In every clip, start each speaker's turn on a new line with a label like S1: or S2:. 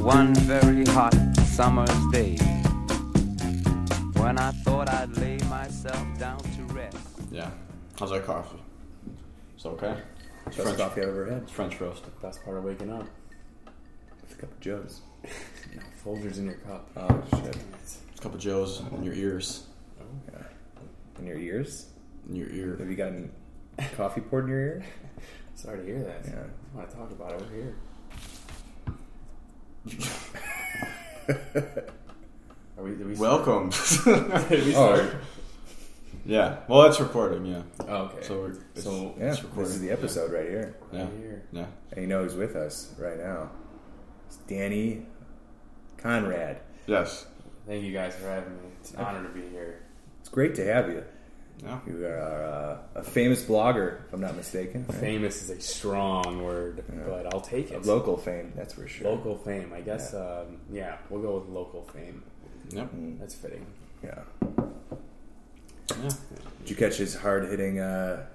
S1: one very hot summer's day when I thought I'd lay myself down to rest.
S2: Yeah. How's our coffee? It's okay. It's
S3: Best
S2: French,
S3: coffee I ever had.
S2: it's French roast.
S3: Best part of waking up. It's a cup of Joe's. no, Folgers in your cup.
S2: Oh shit. It's a couple Joes in your ears.
S3: Yeah. In your ears?
S2: In your
S3: Have
S2: ear.
S3: you gotten coffee poured in your ear?
S4: Sorry to hear that.
S3: Yeah.
S4: I want to talk about it over here. Are we, did we
S2: Welcome.
S4: Did we
S3: Oh.
S4: start?
S2: yeah. Well, it's recording. Yeah.
S4: Oh, okay.
S2: So we're, it's,
S4: So,
S3: Yeah,
S2: it's recording.
S3: this is the episode right here.
S2: Yeah.
S4: Right here.
S2: Yeah.
S3: And you know who's with us right now? It's Danny Conrad.
S2: Yes.
S4: thank you guys for having me. It's an honor to be here.
S3: It's great to have you.
S2: Yeah.
S3: You are uh, a famous blogger, if I'm not mistaken. right?
S4: Famous is a strong word, but I'll take it.
S3: Of local fame, that's for sure.
S4: Local fame, I guess. Yeah. Um, yeah, we'll go with local fame.
S2: Yep.
S4: That's fitting.
S3: Yeah.
S2: Yeah.
S3: Did you catch his hard hitting? Uh,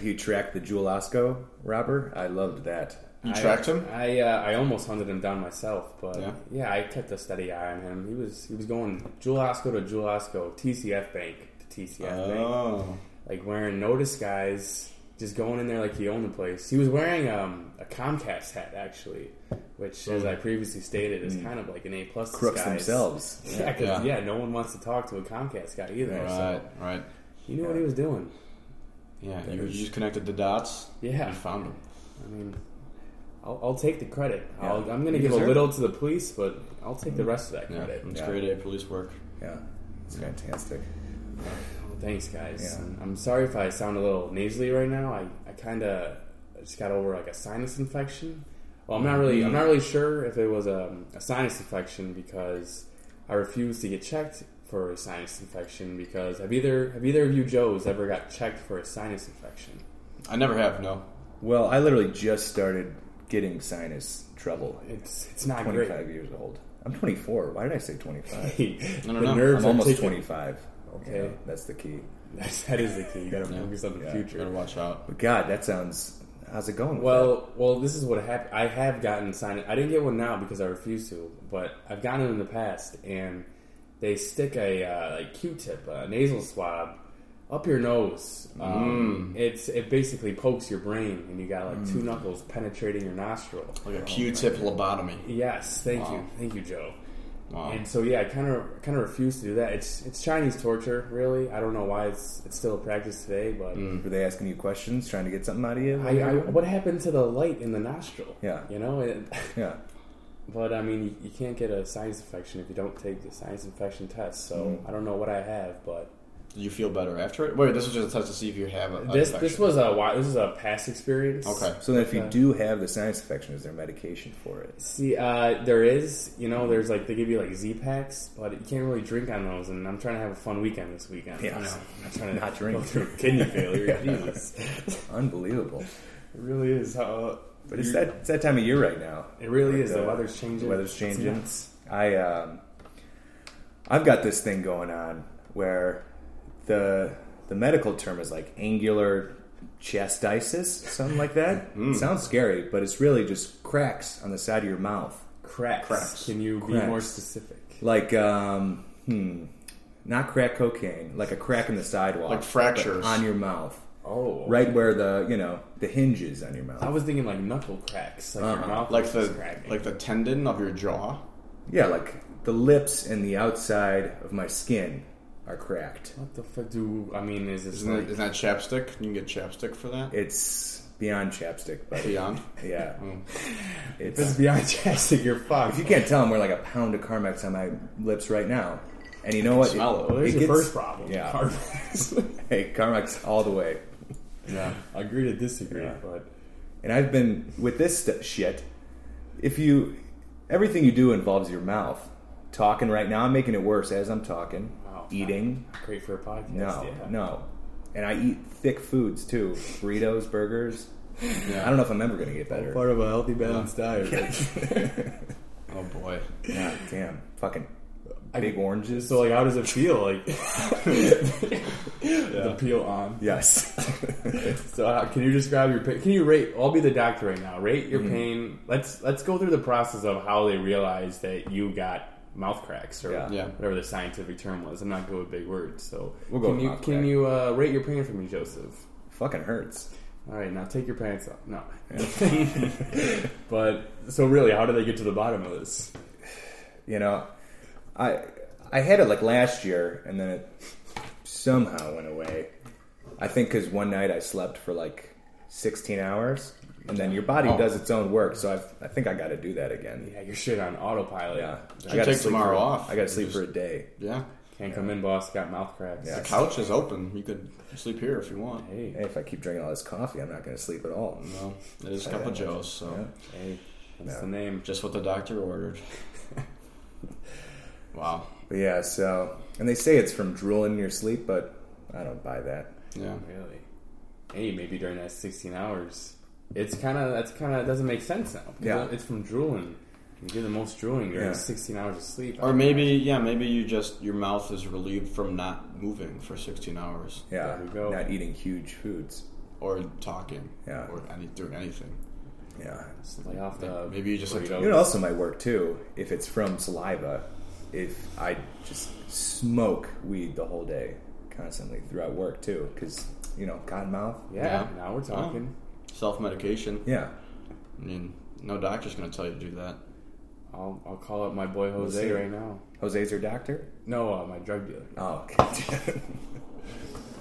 S3: he tracked the Jewel Osco robber. I loved that.
S2: You
S4: I-
S2: tracked him?
S4: I uh, I almost hunted him down myself, but
S2: Yeah.
S4: yeah. I kept a steady eye on him. He was he was going Jewel Osco to Jewel Osco, TCF Bank to TCF Bank.
S2: Oh.
S4: like wearing no disguise, just going in there like he owned the place. He was wearing um, a Comcast hat actually, which, as I previously stated, is kind of like an A plus.
S3: Crooks themselves.
S4: Yeah, 'cause,
S2: Yeah.
S4: yeah. no one wants to talk to a Comcast guy either.
S2: Right.
S4: So
S2: Right.
S4: he knew what he was doing.
S2: Yeah. You, you just connected the dots.
S4: Yeah.
S2: You found him.
S4: I mean, I'll, I'll take the credit. I'll, I'm going to
S3: You
S4: give a
S3: deserve
S4: little to the police, but I'll take the rest of that
S2: Yeah. Mm-hmm.
S4: credit.
S2: It's
S3: Yeah.
S2: great A police work.
S3: Yeah, it's fantastic.
S4: Well, thanks, guys.
S3: Yeah.
S4: And I'm sorry if I sound a little nasally right now. I, I kind of just got over like a sinus infection. Well, I'm not really I'm not really sure if it was a, a sinus infection because I refused to get checked for a sinus infection because have either have either of you Joes ever got checked for a sinus infection?
S2: I never have. No.
S3: Well, I literally just started getting sinus trouble.
S4: It's it's not great.
S3: 25 years old. I'm 24. Why did I say 25?
S4: the
S2: no, no.
S4: nerves
S3: I'm
S4: are
S3: almost
S4: ticking.
S3: 25.
S4: Okay.
S3: Yeah, that's the key.
S4: That's, that is the key. You got to
S2: Yeah.
S4: focus on the
S3: Yeah.
S4: future.
S2: Better watch out.
S3: But God, that sounds. How's it going? with that?
S4: Well, well, this is what happened. I have gotten sinus. I didn't get one now because I refuse to, but I've gotten it in the past, and they stick a uh, like Q-tip, a nasal swab, up your nose. Um, It's it basically pokes your brain, and you got like two knuckles penetrating your nostril.
S2: Like a Q-tip lobotomy.
S4: Yes, thank
S2: Wow.
S4: you, thank you, Joe.
S2: Wow.
S4: And so yeah, I kind of kind of refuse to do that. It's it's Chinese torture, really. I don't know why it's it's still a practice today, but.
S2: Mm.
S3: were they asking you questions, trying to get something out of you?
S4: I, I, what happened to the light in the nostril?
S3: Yeah.
S4: you know, it,
S3: yeah.
S4: But I mean, you, you can't get a sinus infection if you don't take the sinus infection test. So
S2: Mm.
S4: I don't know what I have, but
S2: Did you feel better after it? Wait, this was just a test to see if you have a, a
S4: this
S2: infection.
S4: this was a wi- this is a past experience.
S2: okay.
S3: So then, if you do have the sinus infection, is there medication for it?
S4: See, uh, there is, you know, there's like they give you like Z packs, but you can't really drink on those. And I'm trying to have a fun weekend this weekend.
S3: Yeah.
S4: I know. I'm trying to
S3: Not drink.
S4: go through kidney failure. Jeez, it
S3: Unbelievable.
S4: really is how.
S3: But it's that, it's that time of year right now.
S4: It really is. The,
S3: The-
S4: weather's changing.
S3: The weather's
S4: It's
S3: changing.
S4: nuts.
S3: I um, I've got this thing going on where the the medical term is like angular chastitis, something like that.
S4: Mm.
S3: It sounds scary, but it's really just cracks on the side of your mouth.
S4: Cracks.
S2: Cracks.
S4: Can you be
S3: Cracks.
S4: more specific?
S3: Like um, hmm, not crack cocaine, like a crack in the sidewalk,
S2: Like fractures.
S3: but on your mouth,
S4: Oh,
S3: right where the you know the hinges on your mouth.
S4: I was thinking like knuckle cracks, like your mouth
S2: Like
S4: was
S2: the
S4: just cracking.
S2: like the tendon of your jaw.
S3: yeah, like the lips and the outside of my skin are cracked.
S4: What the fuck do I mean? Is this
S2: Isn't that,
S4: like
S2: isn't that chapstick? You can get chapstick for that.
S3: It's beyond chapstick, but
S2: Beyond.
S3: yeah,
S4: if it's
S3: it's.
S4: beyond chastic? You're fucked.
S3: If you can't tell, I'm wearing like a pound of Carmex on my lips right now, and you know what?
S2: Smell it.
S4: well, there's
S3: it
S4: your
S3: gets-
S4: first problem.
S3: yeah.
S4: Carfax.
S3: Hey, Carmex all the way.
S2: Yeah.
S4: Agree to disagree,
S3: Yeah.
S4: but
S3: And I've been with this st- shit. If you, everything you do involves your mouth. Talking right now, I'm making it worse as I'm talking.
S4: Wow.
S3: Eating,
S4: great for a podcast.
S3: no,
S4: yeah.
S3: no, and I eat thick foods too: burritos, burgers. I don't know if I'm ever gonna get better.
S4: of a healthy, balanced diet.
S2: Oh boy.
S3: God damn, fucking big oranges.
S4: So like, how does it feel? Like the peel on.
S3: yes.
S4: So uh, can you describe your pain? Can you rate? I'll be the doctor right now. Rate
S3: Mm-hmm.
S4: your pain. Let's let's go through the process of how they realized that you got mouth cracks or
S3: Yeah.
S2: Yeah.
S4: whatever the scientific term was. I'm not good with big words, so
S3: We'll go
S4: can
S3: with
S4: you
S3: mouth
S4: can
S3: crack.
S4: you uh, rate your pain for me, Joseph?
S3: Fucking hurts.
S4: All right, now take your pants off. No, but so really, how did they get to the bottom of this?
S3: You know, I I had it like last year, and then it somehow went away. I think because one night I slept for like 16 hours, and then your body
S4: Oh.
S3: does its own work. So I've, I think I got to do that again.
S4: Yeah, your shit on autopilot.
S3: Yeah,
S4: Jack
S3: I gotta
S2: take
S3: sleep
S2: tomorrow
S3: for-
S2: off.
S3: I got to sleep
S2: Just-
S3: for a day.
S2: Yeah.
S4: can't come in, boss. Got mouth cracks.
S3: Yeah.
S2: The couch is open. You could sleep here if you want.
S4: Hey,
S3: Hey, if I keep drinking all this coffee, I'm not going to sleep at all.
S2: Well, it is a cup of Joe's, so
S3: Yeah.
S4: hey, that's
S3: Yeah.
S4: the name.
S2: just what the doctor ordered. wow.
S3: But yeah, so and they say it's from drooling in your sleep, but I don't buy that.
S2: Yeah.
S4: Really? Hey, maybe during that 16 hours. It's kind of, that's kind of, doesn't make sense now. 'Cause
S3: Yeah.
S4: It's from drooling. You do the most drooling during
S3: Yeah.
S4: 16 hours of sleep.
S2: Or maybe, yeah, maybe you just your mouth is relieved from not moving for 16 hours,
S3: Yeah,
S4: There we go.
S3: not eating huge foods.
S2: or talking,
S3: Yeah.
S2: or any, doing anything.
S3: Yeah,
S4: Lay off the
S2: Maybe you just like
S4: burritos.
S3: You know, it also might work too if it's from saliva. If I just smoke weed the whole day, constantly throughout work too, because you know, cotton mouth.
S4: Yeah,
S2: Yeah.
S4: now we're talking.
S2: self medication.
S3: Yeah,
S2: I mean, no doctor's gonna tell you to do that.
S4: I'll, I'll call up my boy Jose
S3: see.
S4: right now.
S3: Jose's your doctor.
S4: No, uh, my drug dealer.
S3: Oh, okay.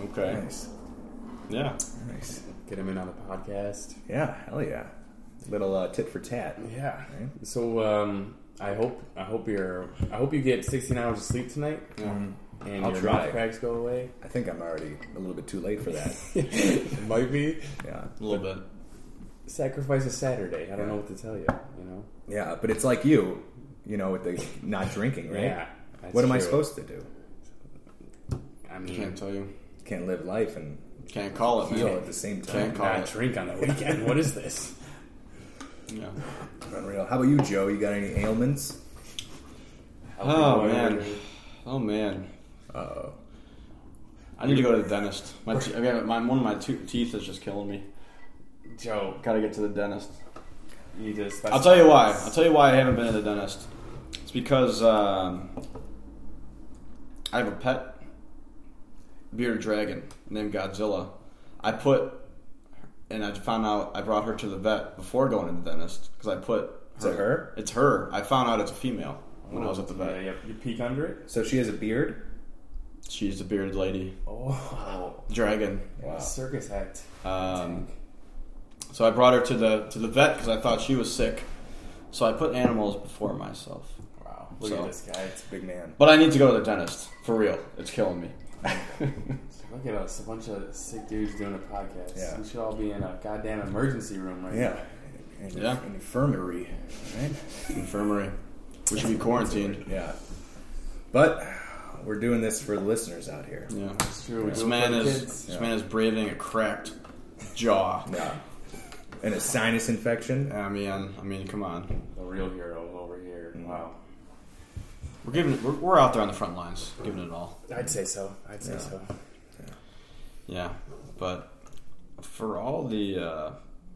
S2: Okay.
S3: nice,
S2: Yeah.
S3: nice.
S4: Get him in on the podcast.
S3: Yeah, hell yeah. Little uh, tit for tat.
S4: Yeah.
S3: Right.
S4: So, um, I hope, I hope you're, I hope you get 16 hours of sleep tonight. And
S3: I'll
S4: your
S3: try.
S4: mouth cracks go away.
S3: I think I'm already a little bit too late for that.
S4: it might be.
S3: Yeah,
S2: A little bit.
S4: Sacrifice a Saturday. I don't
S3: Yeah.
S4: know what to tell you, you know?
S3: yeah, but it's like you, you know, with the not drinking, right?
S4: Yeah. that's
S3: What am I
S4: true.
S3: supposed to do?
S4: I
S2: Can't
S4: mean,
S2: tell you.
S3: Can't live life and
S2: Can't call it, man.
S3: heal at the same time.
S2: Can't call
S4: not
S2: it.
S4: drink on the weekend. what is this?
S2: Yeah.
S3: Unreal. How about you, Joe? You got any ailments?
S2: Oh, man. Oh man.
S3: Uh
S2: I need to go to the dentist. My, te- I mean, my one of my two teeth is just killing me.
S4: Joe,
S2: Gotta get to the dentist.
S4: you just.
S2: I'll tell you why. I'll tell you why I haven't been to the dentist. It's because um, I have a pet bearded dragon named Godzilla. I put, and I found out I brought her to the vet before going to the dentist because I put.
S3: Is it her?
S2: It's her. I found out it's a female when I was at the vet.
S4: Yeah, yeah, you peek under it?
S3: So she has a beard.
S2: She's a bearded lady
S4: Oh.
S2: dragon.
S3: Wow.
S4: Circus act.
S2: Um, so I brought her to the to the vet because I thought she was sick. So I put animals before myself.
S4: Wow. Look
S2: so-
S4: at this guy.
S3: Big man.
S2: But I need to go to the dentist for real. It's killing me.
S4: Look at us. A bunch of sick dudes doing a podcast.
S3: Yeah.
S4: We should all be in a goddamn emergency room right
S3: Yeah. And
S2: Yeah.
S3: an infirmary. Right?
S2: Infirmary. We should be quarantined.
S3: Yeah. But we're doing this for the listeners out here.
S2: Yeah.
S4: It's true.
S2: This man is
S3: Yeah.
S2: this man is braving a cracked jaw.
S3: Yeah. And a sinus infection.
S2: I mean, I mean, come on.
S4: The real hero over here.
S3: Mm.
S4: Wow.
S2: We're giving we're, we're out there on the front lines, giving it all.
S4: I'd say so. I'd say
S3: Yeah.
S4: so.
S2: Yeah. But for all the uh,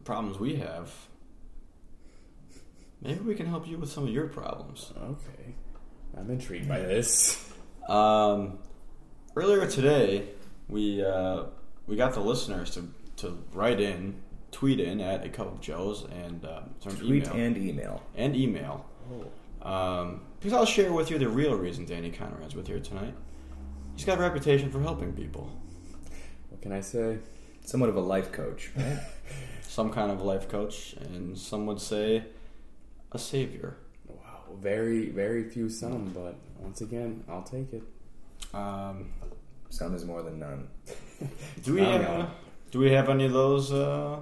S2: problems we have, maybe we can help you with some of your problems.
S4: Okay. I'm intrigued by this.
S2: Um, earlier today, we uh, we got the listeners to, to write in, tweet in at a cup of Joe's and uh, some
S3: Tweet
S2: email
S3: and email.
S2: and email. Um, because I'll share with you the real reason Danny Conrad's with here tonight. He's got a reputation for helping people.
S4: What can I say?
S3: Somewhat of a life coach, right?
S2: Some kind of life coach, and some would say a savior.
S4: Wow, very, very few some, but once again, I'll take it.
S2: Um,
S3: Some is more than none.
S2: do we
S4: Wow.
S2: have uh, do we have any of those uh,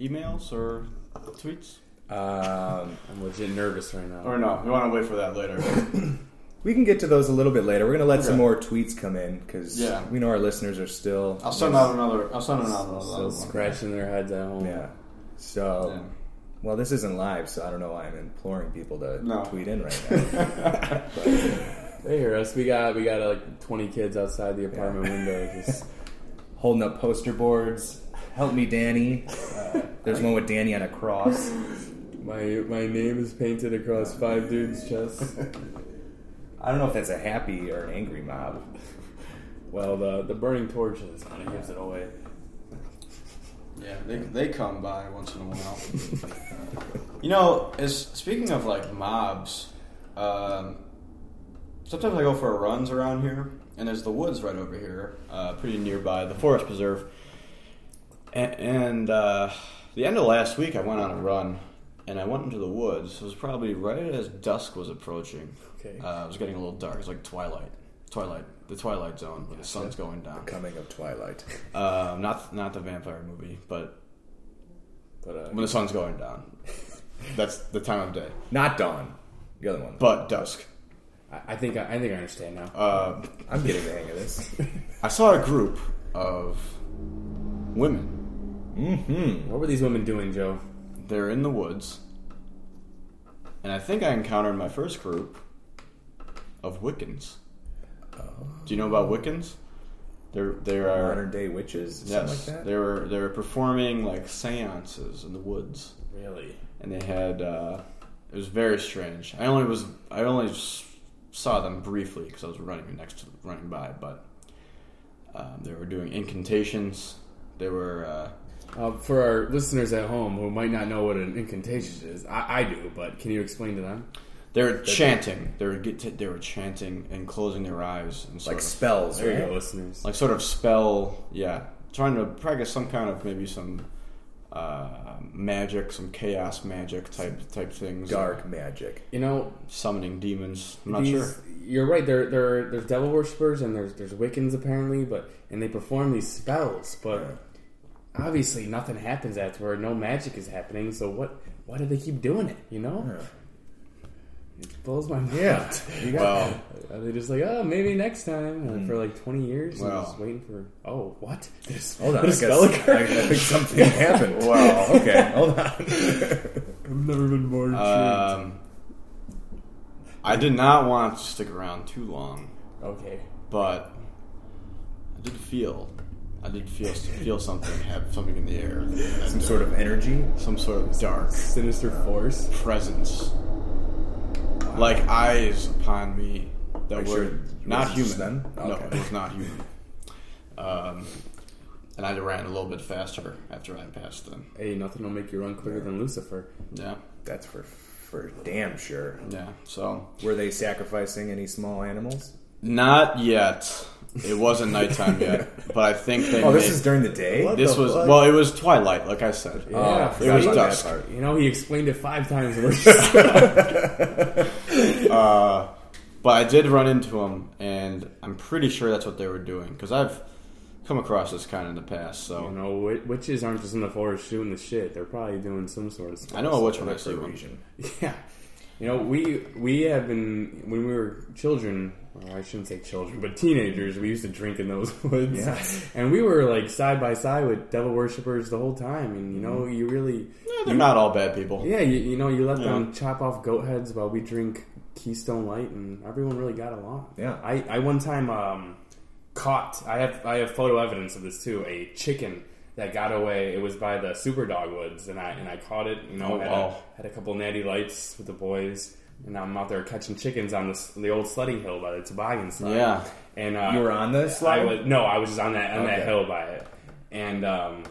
S2: emails or tweets?
S3: Um,
S4: I'm legit nervous right now.
S2: Or no, we want to wait for that later.
S3: we can get to those a little bit later. We're going to let some
S2: Okay.
S3: more tweets come in because
S2: Yeah.
S3: we know our listeners are still.
S2: I'll send out another. I'll send out another.
S4: Still
S2: one.
S4: scratching their heads at home.
S3: Yeah. So.
S2: Yeah.
S3: Well, this isn't live, so I don't know why I'm imploring people to
S2: No.
S3: tweet in right now.
S4: They hear us. We got we got like twenty kids outside the apartment window. Just,
S3: holding up poster boards. Help me, Danny. Uh, there's one with Danny on a cross.
S4: my my name is painted across five dudes' chests.
S3: I don't know if that's a happy or an angry mob.
S4: Well, the the burning torch is kind of gives it away.
S2: Yeah, they, they come by once in a while. you know, as speaking of like mobs, um, sometimes I go for runs around here, and there's the woods right over here, uh, pretty nearby the forest preserve. And, and uh, the end of last week, I went on a run, and I went into the woods. It was probably right as dusk was approaching.
S4: Okay.
S2: uh, it was getting a little dark. It was like twilight, twilight, the twilight zone, where the sun's going down.
S3: Coming of Twilight.
S2: Uh, not not the vampire movie, but
S4: But uh,
S2: when the sun's going down. That's the time of day.
S3: Not Dawn. The other one.
S2: But dusk.
S4: I, I think I, I think I understand now.
S2: Uh,
S3: I'm getting the hang of this.
S2: I saw a group of women.
S3: Mm-hmm.
S4: What were these women doing, Joe?
S2: They're in the woods. And I think I encountered my first group of Wiccans. Do you know about Wiccans? They're, they
S3: Modern
S2: are.
S3: day witches.
S2: Yes.
S3: Something like that.
S2: they, were, they were performing like seances in the woods.
S4: Really?
S2: and they had uh, it was very strange. I only was I only s- saw them briefly because I was running next to running by, but um, they were doing incantations. They were uh,
S4: Uh, for our listeners at home who might not know what an incantation is, I, I do, but can you explain to them?
S2: they were chanting. They were get they were chanting and closing their eyes and sort
S3: Like
S2: of,
S3: spells.
S4: There you
S3: right?
S4: go, listeners.
S2: like sort of spell. Yeah, trying to practice some kind of maybe some uh, magic, some chaos magic type type things.
S3: Dark magic.
S4: you know,
S2: summoning demons. I'm not
S4: these,
S2: sure.
S4: you're right. There, there, there's devil worshippers and there's there's Wiccans apparently, but and they perform these spells, but
S3: Uh,
S4: obviously nothing happens afterward. No magic is happening. So what? Why do they keep doing it? You know,
S3: Yeah.
S4: it blows my mind.
S3: Yeah. uh. You got
S2: Well,
S4: Are they just like, oh, maybe next time and for like 20 years?
S2: Wow.
S4: I'm just waiting for, oh, what? There's,
S3: Hold on, I,
S4: there's
S3: guess,
S4: spell
S3: I,
S4: occurred?
S3: I think something happened. Wow. Okay, hold on. Uh,
S4: I've never been more
S2: Um, I did not want to stick around too long,
S4: okay.
S2: but I did feel, I did feel feel something, have something in the air,
S3: Some sort of energy.
S2: some sort of dark
S4: Sinister force.
S2: presence, like eyes upon me that
S3: Like
S2: were
S3: sure- was
S2: not
S3: it
S2: human.
S3: just them?
S2: No, it
S3: Okay.
S2: was not human. Um, and I ran a little bit faster after I passed them.
S4: Hey, nothing will make you run quicker than Lucifer.
S2: Yeah,
S3: That's for for damn sure.
S2: yeah. So
S3: Were they sacrificing any small animals?
S2: Not yet. It wasn't nighttime yet, but I think they.
S3: Oh, this
S2: made-
S3: is during the day.
S5: What?
S2: this
S5: the
S2: was
S5: fuck?
S2: well. It was twilight, like I said. Uh,
S3: Oh, I
S4: Yeah.
S3: forgot
S2: was
S3: about that
S2: dusk.
S3: part.
S4: You know, he explained it five times worse.
S2: Uh, But I did run into them, and I'm pretty sure that's what they were doing because I've come across this kind in the past.
S4: you
S2: So
S4: know, wi- witches aren't just in the forest shooting the shit. They're probably doing some sort of spell.
S2: I know which one I
S3: Like
S2: see one.
S3: Parisian.
S4: Yeah. You know, we we have been when we were children. Well, I shouldn't say children, but teenagers. We used to drink in those woods,
S3: Yeah.
S4: and we were like side by side with devil worshippers the whole time. And you know, you really,
S2: Eh, They're not all bad people.
S4: yeah, you, you know, you let
S2: Yeah.
S4: them chop off goat heads while we drink Keystone Light, and everyone really got along.
S3: Yeah.
S4: I, I one time um, caught. I have I have photo evidence of this too. A chicken that got away. It was by the Super Dogwoods, and I and I caught it. You know,
S2: Oh,
S4: had,
S2: wow.
S4: a, had a couple natty lights with the boys, and I'm out there catching chickens on this the old sledding hill by the toboggan slide.
S2: Yeah.
S4: and uh,
S3: You were on the slide?
S4: I was, no, I was just on that on
S3: Okay.
S4: that hill by it, and um,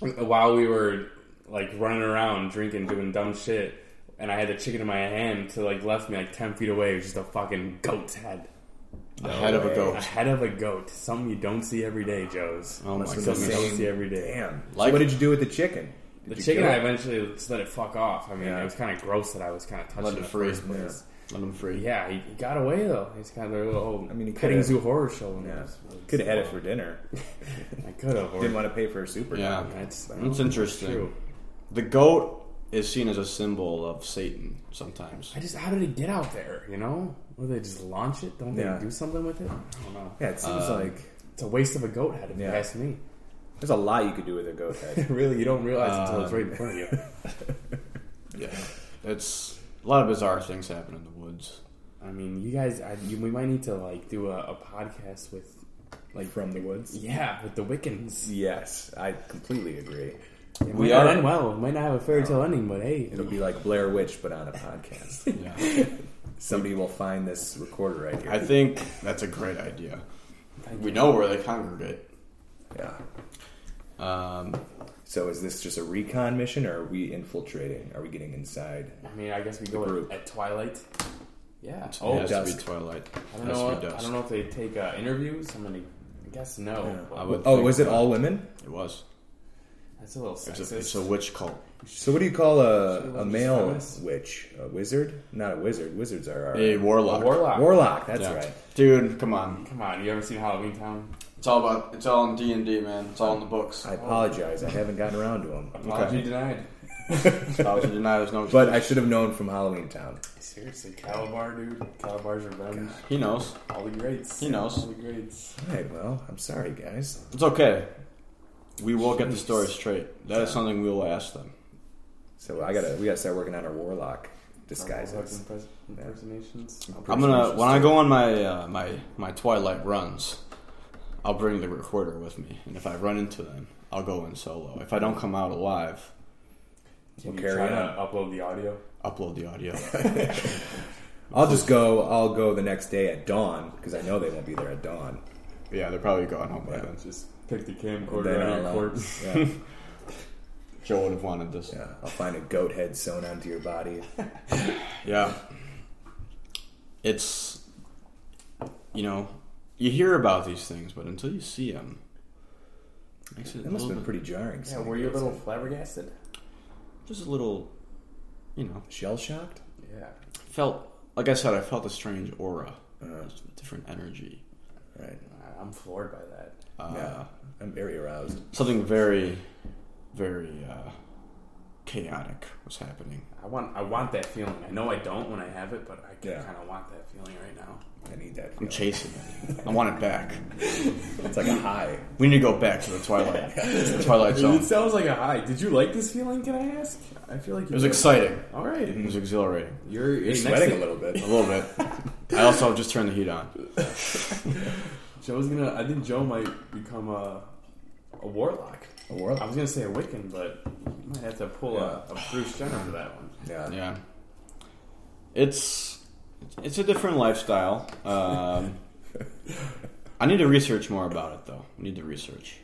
S4: while we were like running around drinking, doing dumb shit. And I had the chicken in my hand to like left me like ten feet away. It was just a fucking goat's head.
S2: a head of a
S3: way.
S4: A
S2: goat.
S4: head of a goat. Something you don't see every day, Joe's.
S2: Oh my
S4: Something
S2: goodness.
S4: you don't see every day.
S3: Damn.
S2: Like-
S3: so what did you do with the chicken? Did
S4: The
S3: you
S4: chicken,
S3: kill
S4: I
S3: it?
S4: eventually just let it fuck off. I mean,
S3: Yeah.
S4: it was kind of gross that I was kind of touching
S2: Let
S4: in
S2: it
S4: the
S2: free.
S4: first place.
S2: Let them free.
S4: Yeah, he, he got away though. He's kind of a little. I
S3: mean,
S4: mean,
S3: he
S4: petting
S3: could've-
S4: zoo horror show. and
S3: Yeah.
S4: it's- it's-
S3: Could have had it for dinner.
S4: I could have.
S3: Didn't want to pay for a super.
S2: Yeah.
S4: That's
S2: That's interesting.
S4: True.
S2: The goat is seen as a symbol of Satan sometimes.
S4: I just how did it get out there? You know, or they just launch it? Don't
S3: Yeah.
S4: they do something with it? I don't know.
S3: Yeah, it seems like
S4: It's a waste of a goat head, if
S3: Yeah.
S4: you ask me.
S3: there's a lot you could do with a goat head.
S4: really, you don't realize until it's
S2: Um,
S4: right in front of you.
S2: Yeah, it's a lot of bizarre things happen in the woods.
S4: I I mean, you guys, I, you, we might need to like do a, a podcast with, like,
S3: From the woods.
S4: yeah, with the Wiccans.
S3: Yes, I completely agree.
S4: It
S2: We
S4: might not
S2: are-
S4: end well. It might not have a fairy tale ending, but hey,
S3: It'll be like Blair Witch, but on a podcast.
S2: Yeah.
S3: Somebody will find this recorder right here.
S2: I think that's a great idea. We know where they congregate.
S3: yeah.
S2: Um,
S3: So is this just a recon mission, or are we infiltrating? Are we getting inside?
S4: I mean, I guess we go
S3: group.
S4: at, at twilight. Yeah.
S2: oh, it has to
S3: dusk.
S2: be twilight.
S4: I don't
S2: Has
S4: know.
S2: to be dusk.
S4: I don't know if they take uh, interviews. I'm gonna guess no. but
S2: I would
S3: oh,
S2: think
S3: was it
S2: that-
S3: all women?
S2: It was.
S4: that's a little sexist.
S2: It's a, it's a witch cult.
S3: So what do you call a,
S4: Should we
S3: a
S4: just
S3: male
S4: premise?
S3: witch? A wizard? Not a wizard. Wizards are our
S2: A warlock.
S4: warlock.
S3: warlock. That's
S2: Yeah.
S3: right.
S2: Dude, come on.
S4: Come on, you ever seen Halloween Town?
S2: It's all about. It's all in D and D, man. It's all in the books.
S3: I apologize. I haven't gotten around to him.
S4: Apology denied.
S2: Apology denied. There's no.
S3: But I should have known from Halloween Town.
S4: Seriously, Calabar, dude. Calabar's revenge.
S2: he knows.
S4: All the greats.
S2: He knows.
S4: All the greats.
S3: All right. Well, I'm sorry, guys.
S2: It's okay. We will get the story straight. That is something we will ask them.
S3: So I gotta. We gotta start working on our warlock disguises.
S4: Impres- impersonations.
S2: I'm gonna when I go on my uh, my my twilight runs, I'll bring the recorder with me, and if I run into them, I'll go in solo. If I don't come out alive,
S4: Can
S3: We'll
S4: you
S3: carry
S4: try to
S3: on.
S4: upload the audio?
S2: upload the audio.
S3: I'll just go. I'll go the next day at dawn because I know they won't be there at dawn.
S2: yeah, they're probably going home by
S3: Yeah.
S2: then.
S4: Just pick the camcorder
S3: Then
S4: out of
S3: I'll,
S4: your
S3: uh,
S4: corpse.
S3: yeah,
S2: Joe would have wanted this.
S3: yeah, I'll find a goat head sewn onto your body.
S2: Yeah. It's, you know, you hear about these things, but until you see them, makes it
S3: That
S2: a
S3: must
S2: little
S3: have been
S2: bit,
S3: pretty jarring.
S4: Yeah,
S3: seeing
S4: were you a
S3: goats
S4: little flabbergasted?
S2: just a little, you know,
S3: shell shocked?
S4: Yeah.
S2: felt like I said, I felt a strange aura,
S3: Uh,
S2: just a different energy,
S3: right.
S4: I'm floored by that.
S2: uh,
S3: Yeah. I'm very aroused.
S2: something very, very uh, chaotic was happening.
S4: I want I want that feeling. I know I don't when I have it, but I
S3: Yeah.
S4: kind of want that feeling right now.
S3: I need that.
S2: I'm
S3: Feeling.
S2: chasing it. I want it back.
S3: It's like a high.
S2: We need to go back to the twilight, the twilight
S4: Dude,
S2: zone.
S4: it sounds like a high. Did you like this feeling? Can I ask? I feel like you
S2: It was
S4: did.
S2: exciting.
S4: All
S2: It
S4: right.
S2: was exhilarating.
S4: You're,
S3: Mm. You're
S4: hey, next
S3: sweating a
S4: thing-
S3: little bit.
S2: A little bit. I also just turned the heat on.
S4: Joe's gonna. I think Joe might become a a warlock.
S3: A
S4: I
S3: warlock.
S4: was gonna say a Wiccan, but you might have to pull a, a Bruce Jenner for that one.
S3: Yeah.
S2: Yeah. It's it's a different lifestyle. Um, I need to research more about it, though. I need to research.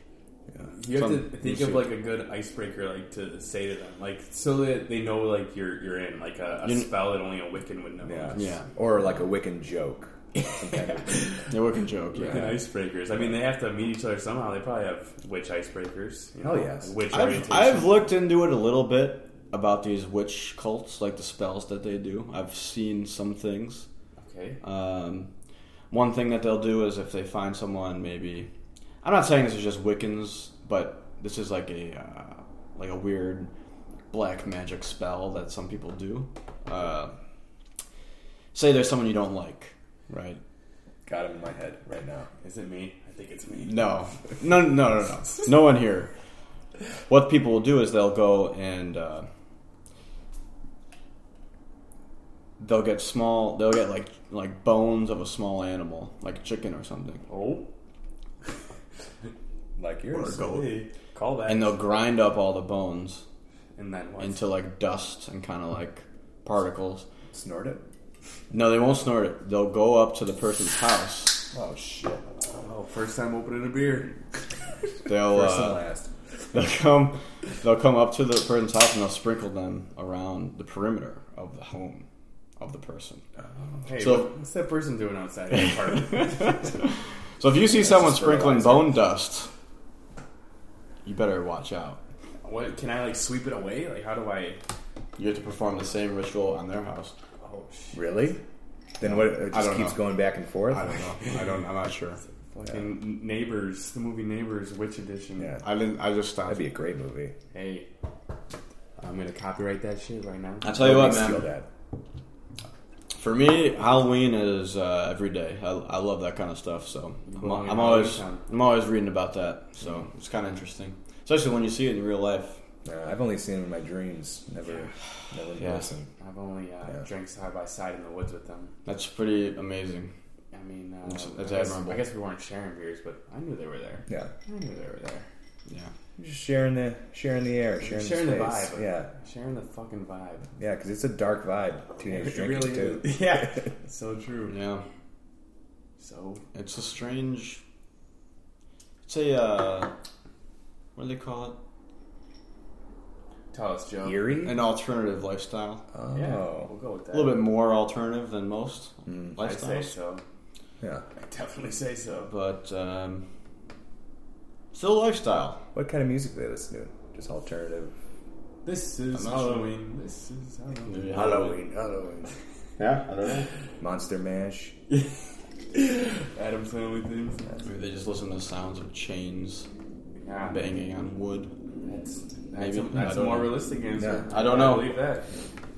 S4: You have
S2: Some-
S4: to think of like a good icebreaker, like to say to them, like so that they know like you're you're in like a, a
S2: You-
S4: spell that only a Wiccan would know.
S3: Yeah.
S2: Yeah.
S3: Or like a Wiccan joke. Some kind of-
S2: Yeah, we can joke.
S4: Wiccan
S2: Yeah.
S4: icebreakers. I mean, they have to meet each other somehow. They probably have witch icebreakers. You know?
S3: Hell yes.
S4: Witch
S2: I've,
S4: orientation.
S2: I've looked into it a little bit about these witch cults, like the spells that they do. I've seen some things.
S4: okay.
S2: Um, one thing that they'll do is if they find someone, maybe I'm not saying this is just Wiccans, but this is like a uh, like a weird black magic spell that some people do. Uh, say there's someone you don't like, right?
S3: Got him in my head right now.
S4: Is it me? I think it's me.
S2: No, no, no, no, no, no one here. What people will do is they'll go and uh, they'll get small. They'll get like like bones of a small animal, like a chicken or something.
S4: Oh,
S3: Like
S2: Or a
S3: yours.
S2: goat.
S4: hey, call that.
S2: and they'll grind up all the bones
S4: and then what?
S2: into like dust and kind of like particles.
S3: Snort it.
S2: No, they won't snort it. They'll go up to the person's house.
S3: Oh shit.
S4: oh, first time opening a beer.
S2: They'll
S3: First and
S2: uh,
S3: last.
S2: they'll come they'll come up to the person's house and they'll sprinkle them around the perimeter of the home of the person.
S4: Hey,
S2: So-
S4: what- what's that person doing outside the apartment?
S2: So if you see someone
S3: just
S2: sprinkling
S3: fertilizer.
S2: bone dust, you better watch out.
S4: what can I like sweep it away? Like, how do I?
S2: You have to perform the same ritual on their house.
S4: Oh shit!
S3: Really? Then what? It
S2: I
S3: just
S2: don't
S3: keeps
S2: know.
S3: going back and forth.
S2: I don't know. I don't. I'm not sure.
S4: Fucking neighbors, the movie Neighbors, Witch Edition.
S3: Yeah.
S2: I didn't. I just stopped.
S3: That'd be a great movie.
S4: Hey, I'm gonna copyright that shit right now.
S2: I tell you
S3: Let
S2: what,
S3: me
S2: man.
S3: Steal that.
S2: For me, Halloween is uh, every day. I, I love that kind of stuff. So I'm,
S4: belong in
S2: I'm always
S4: Halloween town. Mm-hmm.
S2: I'm always reading about that. So it's kind of interesting, especially when you see it in real life.
S3: Uh, I've only seen him in my dreams. Never, never in
S2: Yeah.
S3: person.
S4: I've only uh,
S3: Yeah.
S4: drank side by side in the woods with them.
S2: That's pretty amazing.
S4: I mean, uh,
S2: That's- that's
S4: I, guess,
S2: admirable.
S4: I guess we weren't sharing beers, but I knew they were there.
S3: Yeah,
S4: I knew they were there.
S2: Yeah.
S3: just sharing the sharing the air, sharing,
S4: sharing
S3: the,
S4: the
S3: space.
S4: vibe.
S3: Yeah,
S4: Sharing the fucking vibe.
S3: yeah, because it's a dark vibe. Teenage drinking too.
S4: is. Yeah. It's so true.
S2: Yeah.
S4: So
S2: It's a strange. It's a. Uh, what do they call it?
S4: tell us, Joe.
S3: Eerie.
S2: An alternative lifestyle.
S3: oh,
S4: Yeah, we'll go with that.
S2: A little bit more alternative than most
S3: Mm.
S4: I'd say
S2: lifestyles,
S4: so.
S3: yeah.
S4: I definitely say so.
S2: but um, still a lifestyle.
S3: What kind of music do they listen to? Just alternative.
S4: This
S2: I'm
S4: is
S2: not
S4: Halloween. This is Halloween.
S2: Yeah.
S3: Halloween.
S2: Yeah, I don't know.
S3: Monster Mash.
S4: Adam Family things.
S2: Maybe they just listen to the sounds of chains
S4: Yeah,
S2: banging on wood.
S4: That's, that's,
S2: Maybe.
S4: a,
S2: I
S4: that's a
S2: don't
S4: more
S2: know.
S4: realistic answer.
S2: I don't know.
S4: believe that.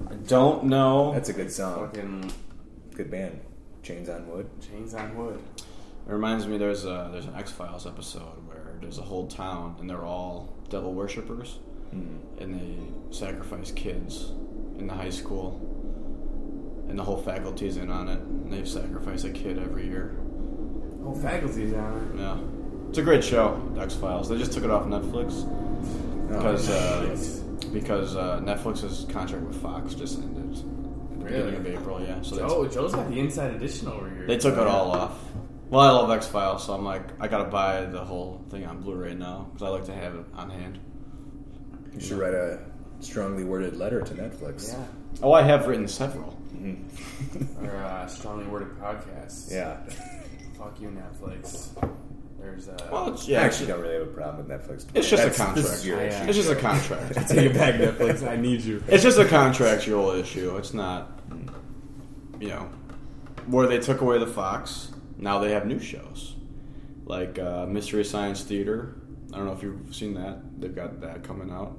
S2: I don't know.
S3: That's a good song.
S4: Fucking
S3: Good band. Chains on Wood.
S4: chains on wood.
S2: It reminds me there's a there's an X Files episode where there's a whole town and they're all devil worshippers
S3: Mm.
S2: and they sacrifice kids in the high school and the whole faculty's in on it and they sacrifice a kid every year.
S4: Oh, faculty's on
S2: Yeah. It's a great show, X Files. They just took it off Netflix
S3: Oh,
S2: because uh, because uh, Netflix's contract with Fox just ended at the beginning of
S4: Really?
S2: April. Yeah, so they,
S4: Oh, Joe's got the inside edition over here.
S2: they took it all off. Well, I love X Files, so I'm like, I gotta buy the whole thing on Blu-ray now because I like to have it on hand.
S3: You should write a strongly worded letter to Netflix. Mm-hmm.
S4: Yeah.
S2: Oh, I have written several.
S4: Or uh, strongly worded podcasts.
S3: Yeah.
S4: Fuck you, Netflix. There's uh.
S2: Well, it's,
S3: I
S2: yeah,
S3: actually
S2: actually,
S3: don't really have a problem with Netflix.
S2: it's just
S3: That's-
S2: a contract.
S3: This is your
S4: I, uh,
S3: issue.
S2: It's just a contract.
S4: take it back, Netflix. I need you.
S2: It's just a contractual issue. It's not, you know, where they took away the Fox. Now they have new shows like uh, Mystery Science Theater. I don't know if you've seen that. They've got that coming out.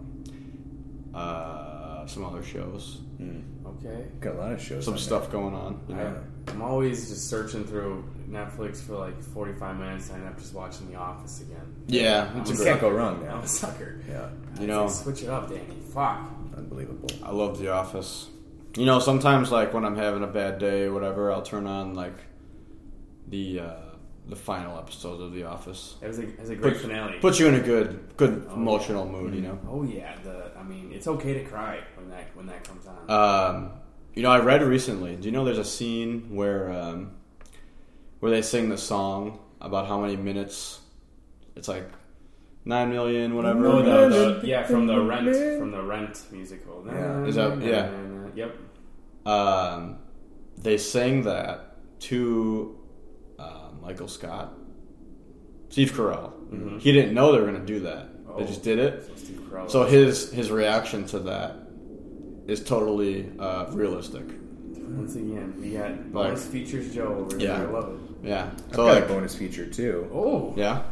S2: Uh, some other shows,
S4: Okay.
S3: Mm. Got a lot of shows.
S2: some
S3: on
S2: stuff going on. You know?
S4: I, I'm always just searching through Netflix for like 45 minutes, and I end up just watching The Office again.
S2: Yeah,
S3: there.
S2: it's
S3: You
S2: a
S3: can't
S2: great.
S3: go wrong
S4: I'm
S3: now.
S4: a sucker.
S3: Yeah.
S2: You know,
S4: It's like, switch it up, Danny. Fuck.
S3: Unbelievable.
S2: I love The Office. You know, sometimes like when I'm having a bad day or whatever, I'll turn on like the uh, the final episodes of The Office.
S4: It was a, it was a great finale.
S2: Puts you in a good good emotional mood. You know.
S4: oh yeah, the I mean, it's okay to cry when that when that comes on.
S2: Um, you know, I read recently. Do you know there's a scene where um, where they sing the song about how many minutes? It's like nine million, whatever.
S4: oh,
S2: minutes.
S4: the, the, yeah, from the Rent from the Rent musical.
S3: Yeah.
S2: Is that- yeah.
S4: Yep.
S2: um, they sang that to uh, Michael Scott, Steve Carell. He didn't know they were going to do that. They
S4: Oh.
S2: just did it.
S4: It's Steve Carell.
S2: So his his reaction to that is totally uh, realistic.
S4: once again, we got bonus features Joe over
S2: Yeah.
S4: here. I love it.
S2: Yeah.
S3: I've
S2: So
S3: got a
S2: like,
S3: bonus feature too.
S4: Oh,
S2: yeah.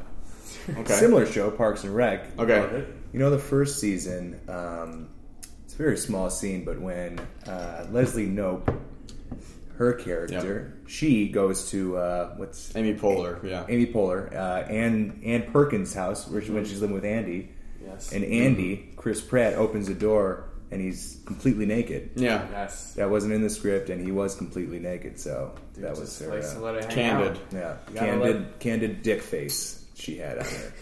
S2: Okay.
S3: Similar show, Parks and Rec.
S4: Love
S2: Okay.
S4: it.
S3: You know, the first season, um, it's a very small scene, but when uh, Leslie Nope, her character, she goes to uh, what's
S2: Amy Poehler. Yeah.
S3: Amy Poehler, uh, Ann Ann Perkins' house, where she, when she's living with Andy,
S4: yes,
S3: and Andy, Chris Pratt, opens a door and he's completely naked.
S2: Yeah.
S4: yes.
S3: That wasn't in the script, and he was completely naked, so
S4: Dude,
S3: that was
S4: just
S3: her.
S4: likes to
S3: uh,
S4: let it hang
S2: Candid.
S4: out.
S3: yeah,
S4: You gotta
S3: candid, candid dick face she had on her.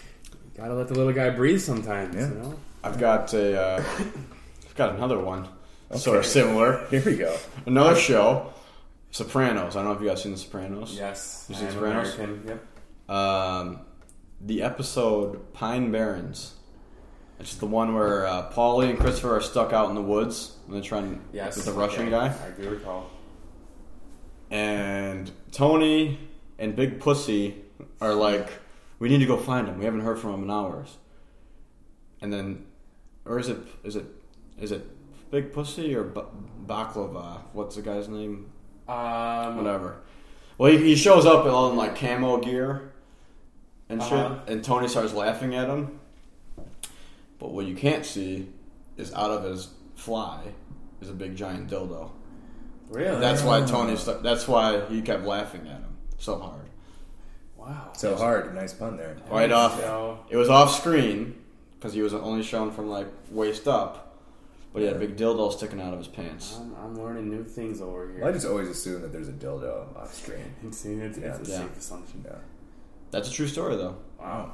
S4: Gotta let the little guy breathe sometimes.
S3: Yeah.
S4: You know.
S2: I've got a. Uh, I've got another one. Sort of similar.
S3: Here we go.
S2: Another show. Sopranos. I don't know if you guys seen The Sopranos.
S4: Yes.
S2: You
S4: I
S2: see
S4: am
S2: Sopranos?
S4: American. Yep.
S2: um, the episode Pine Barrens. It's the one where uh, Paulie and Christopher are stuck out in the woods and they're trying
S4: Yes.
S2: with the Russian
S4: okay.
S2: guy.
S4: I do recall.
S2: And Tony and Big Pussy are like, "We need to go find him. We haven't heard from him in hours." And then, or is it is it is it Big Pussy or ba- Baklava? What's the guy's name?
S4: Um,
S2: whatever. Well, he, he shows up all in like camo gear and
S4: Uh-huh.
S2: shit, and Tony starts laughing at him. But what you can't see is out of his fly is a big giant dildo.
S4: Really?
S2: That's why Tony. st- That's why he kept laughing at him so hard.
S4: Wow.
S3: So hard. Nice pun there.
S2: Right off,
S4: So,
S2: it was off screen because he was only shown from like waist up, but he had a big dildo sticking out of his pants.
S4: I'm, I'm learning new things over here.
S3: Well, I just always assume that there's a dildo off screen.
S4: It's, it's, it's a
S2: Yeah.
S4: safe assumption.
S3: Yeah.
S2: That's a true story though.
S4: Wow.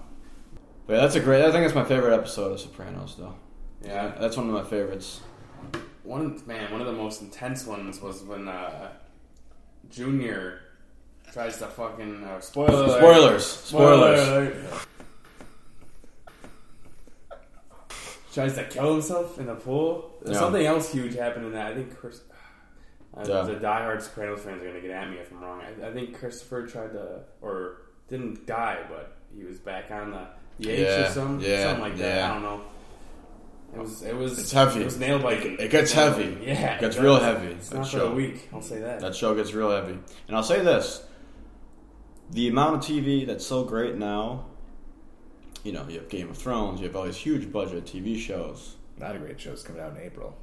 S2: But yeah, that's a great. I think that's my favorite episode of Sopranos though.
S4: Yeah.
S2: that's one of my favorites.
S4: One man, one of the most intense ones was when uh, Junior tries to fucking uh, spoiler. alert.
S2: Spoilers. Spoilers.
S4: alert. Tries to kill himself in the pool. There's
S2: Yeah.
S4: something else huge happened in that. I think Chris. Uh,
S2: Yeah.
S4: The diehard Sopranos fans are gonna get at me if I'm wrong. I, I think Christopher tried to, or didn't die, but he was back on the, the H
S2: Yeah,
S4: or something,
S2: yeah,
S4: something like that.
S2: yeah.
S4: I don't know. It was. It was.
S2: It's heavy.
S4: It was nail biting.
S2: It gets heavy.
S4: Yeah,
S2: It gets
S4: does.
S2: real heavy,
S4: It's
S2: that
S4: not for
S2: show.
S4: the weak. I'll say that.
S2: That show gets real heavy. And I'll say this the amount of TV that's so great now, you know, you have Game of Thrones, you have all these huge budget TV shows.
S3: Not a great show's coming out in April.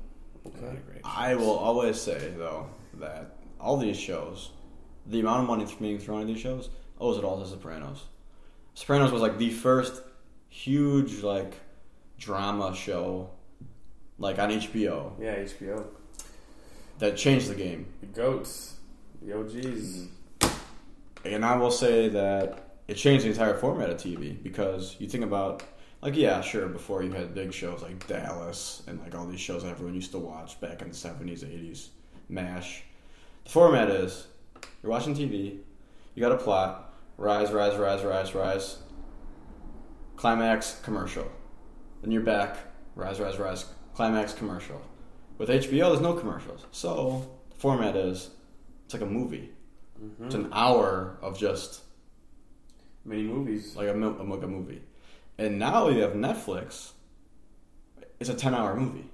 S3: Not a great.
S2: I will always say, though, that all these shows, the amount of money that's being thrown at these shows, owes it all to Sopranos. Sopranos was like the first huge, like, drama show, like on HBO,
S4: yeah, HBO.
S2: that changed the game.
S4: The goats. The OGs.
S2: Mm-hmm. And I will say that it changed the entire format of TV because you think about, like, yeah, sure, before you had big shows like Dallas and like all these shows that everyone used to watch back in the 70s, 80s, MASH. The format is you're watching TV, you got a plot, rise, rise, rise, rise, rise, climax, commercial. Then you're back, rise, rise, rise, climax, commercial. With HBO, there's no commercials. So the format is it's like a movie. It's an hour of just
S4: Many movies.
S2: like a, mil- like a movie, and now you have Netflix. It's a ten-hour movie.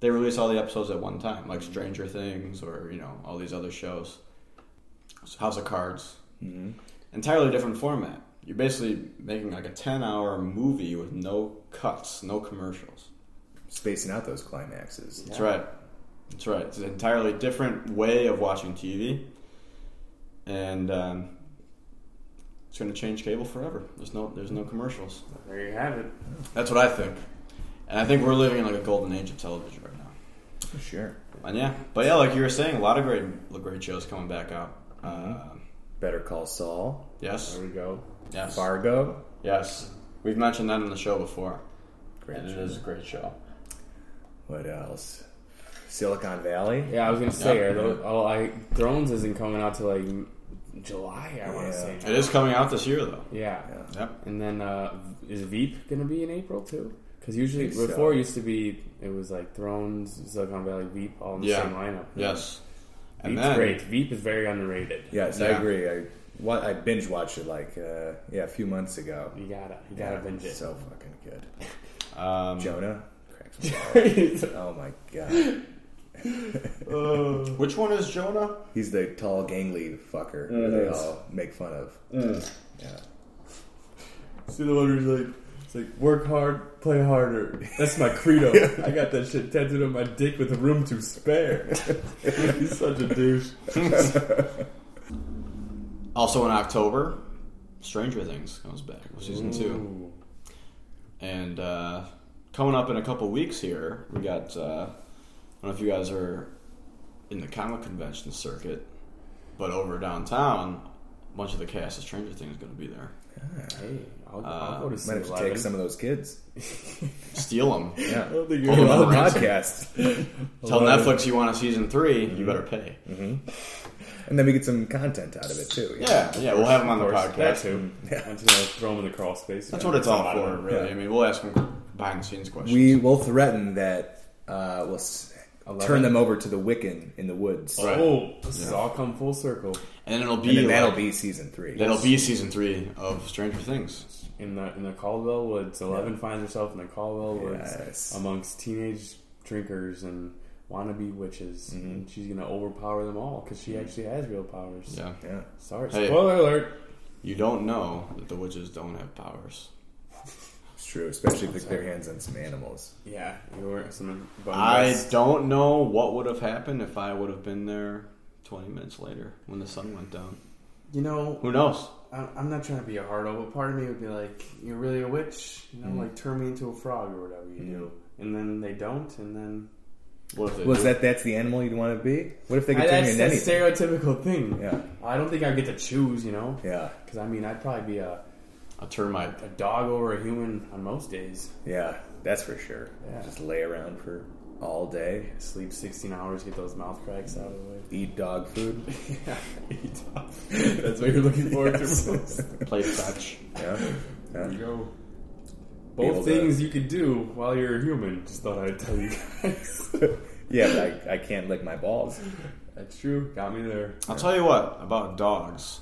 S2: They release all the episodes at one time, like Stranger Things or you know all these other shows, House of Cards.
S3: Mhm.
S2: Entirely different format. You're basically making like a ten-hour movie with no cuts, no commercials.
S3: Spacing out those climaxes.
S2: That's right. That's right. It's an entirely different way of watching TV, and um, it's going to change cable forever. There's no, there's no commercials.
S4: There you have it.
S2: That's what I think, and I think we're living in like a golden age of television right now.
S3: For sure.
S2: And yeah, but yeah, like you were saying, a lot of great, great shows coming back out. Uh,
S3: Better Call Saul,
S2: yes,
S4: There we go.
S2: yes,
S3: Fargo.
S2: yes. We've mentioned that on the show before,
S3: Great.
S2: and it is a great show.
S3: What else? Silicon Valley.
S4: Yeah, I was gonna say,
S2: Yeah.
S4: are tho- oh, I Thrones isn't coming out till like m- July. I want
S3: Yeah.
S4: to say.
S2: It is coming out this year though.
S4: Yeah.
S3: Yeah.
S2: Yep.
S4: And then uh, is Veep gonna be in April too? Because usually
S3: think so.
S4: before it used to be it was like Thrones, Silicon Valley, Veep, all in the
S2: Yeah.
S4: same lineup.
S2: Yes. And
S4: Veep's
S2: then,
S4: great. Veep is very underrated.
S3: Yes, I
S2: Yeah.
S3: agree. I wa- I binge watched it like uh, yeah a few months ago.
S4: You gotta, you gotta
S3: Yeah,
S4: binge it.
S3: So fucking good.
S2: Um,
S3: Jonah. Cracks me up. oh my god.
S2: which one is Jonah?
S3: He's the tall, gangly fucker that they all make fun of. Yeah.
S4: See the one who's like, it's like work hard, play harder. That's my credo. I got that shit tattooed on my dick with room to spare. He's such a douche.
S2: Also in October, Stranger Things comes back with season two, and uh, coming up in a couple weeks here, we got. Uh, I don't know if you guys are in the comic convention circuit, but over downtown, a bunch of the cast of Stranger Things is going to be there.
S4: Hey, I'll,
S2: Uh,
S4: I'll go to
S3: Might
S4: see
S3: have to take some of those kids.
S2: Steal them.
S3: Yeah.
S4: I don't think
S2: Hold
S4: you're
S2: on.
S3: Well,
S4: allowed.
S3: podcast.
S2: Tell
S4: Love
S2: Netflix you want a season 3 You better pay.
S3: Mm-hmm. and then we get some content out of it too.
S2: Yeah, yeah. We'll have them on the
S4: Of course,
S2: podcast.
S4: that too.
S3: Yeah.
S4: I'm just gonna throw him in the crawl space.
S2: That's
S4: Yeah.
S2: what it's all
S4: Out
S2: for,
S4: of it.
S2: really. I mean, we'll ask them behind the scenes questions.
S3: We will threaten that uh, we'll s-
S4: Eleven.
S3: turn them over to the Wiccan in the woods.
S2: Right.
S4: Oh, this has all come full circle
S2: and then it'll be
S3: And then that'll
S2: like-
S3: be season three.
S2: That'll be season three of Stranger Things.
S4: in the in the Caldwell Woods. Eleven finds herself in the Caldwell Woods
S3: Yes.
S4: amongst teenage drinkers and wannabe witches, and she's gonna overpower them all because she actually has real powers.
S2: Yeah.
S3: Yeah.
S4: Sorry,
S2: Hey.
S4: spoiler alert.
S2: You don't know that the witches don't have powers.
S3: It's true, especially if they put their hands on some animals.
S4: Yeah, you were some. bum
S2: I
S4: dust.
S2: don't know what would have happened if I would have been there 20 minutes later when the sun went down.
S4: You know,
S2: Who knows?
S4: I'm I'm not trying to be a hardo, but part of me would be like, you're really a witch, you know,
S3: Mm.
S4: like turn me into a frog or whatever you do, and then they don't, and then
S2: What if they
S3: Was
S2: do?
S3: that that's the animal you'd want to be? What if they
S4: I,
S3: could turn you
S4: that's
S3: into
S4: that
S3: anything?
S4: stereotypical thing.
S3: Yeah.
S4: I don't think I get to choose, you know,
S3: yeah,
S4: because I mean, I'd probably be a,
S2: a termite?
S4: a dog over a human on most days.
S3: yeah, that's for sure.
S4: Yeah.
S3: Just lay around for all day,
S4: Sleep 16 hours, get those mouth cracks out of the way.
S3: eat dog food.
S4: That's what you're looking for.
S3: Yes.
S2: Play fetch.
S3: yeah, yeah.
S4: go.
S3: Be able
S4: Both
S3: to-
S4: things you could do while you're a human. Just thought I'd tell you guys.
S3: yeah, but I, I can't lick my balls.
S4: That's true. Got me there.
S2: I'll tell you what about dogs.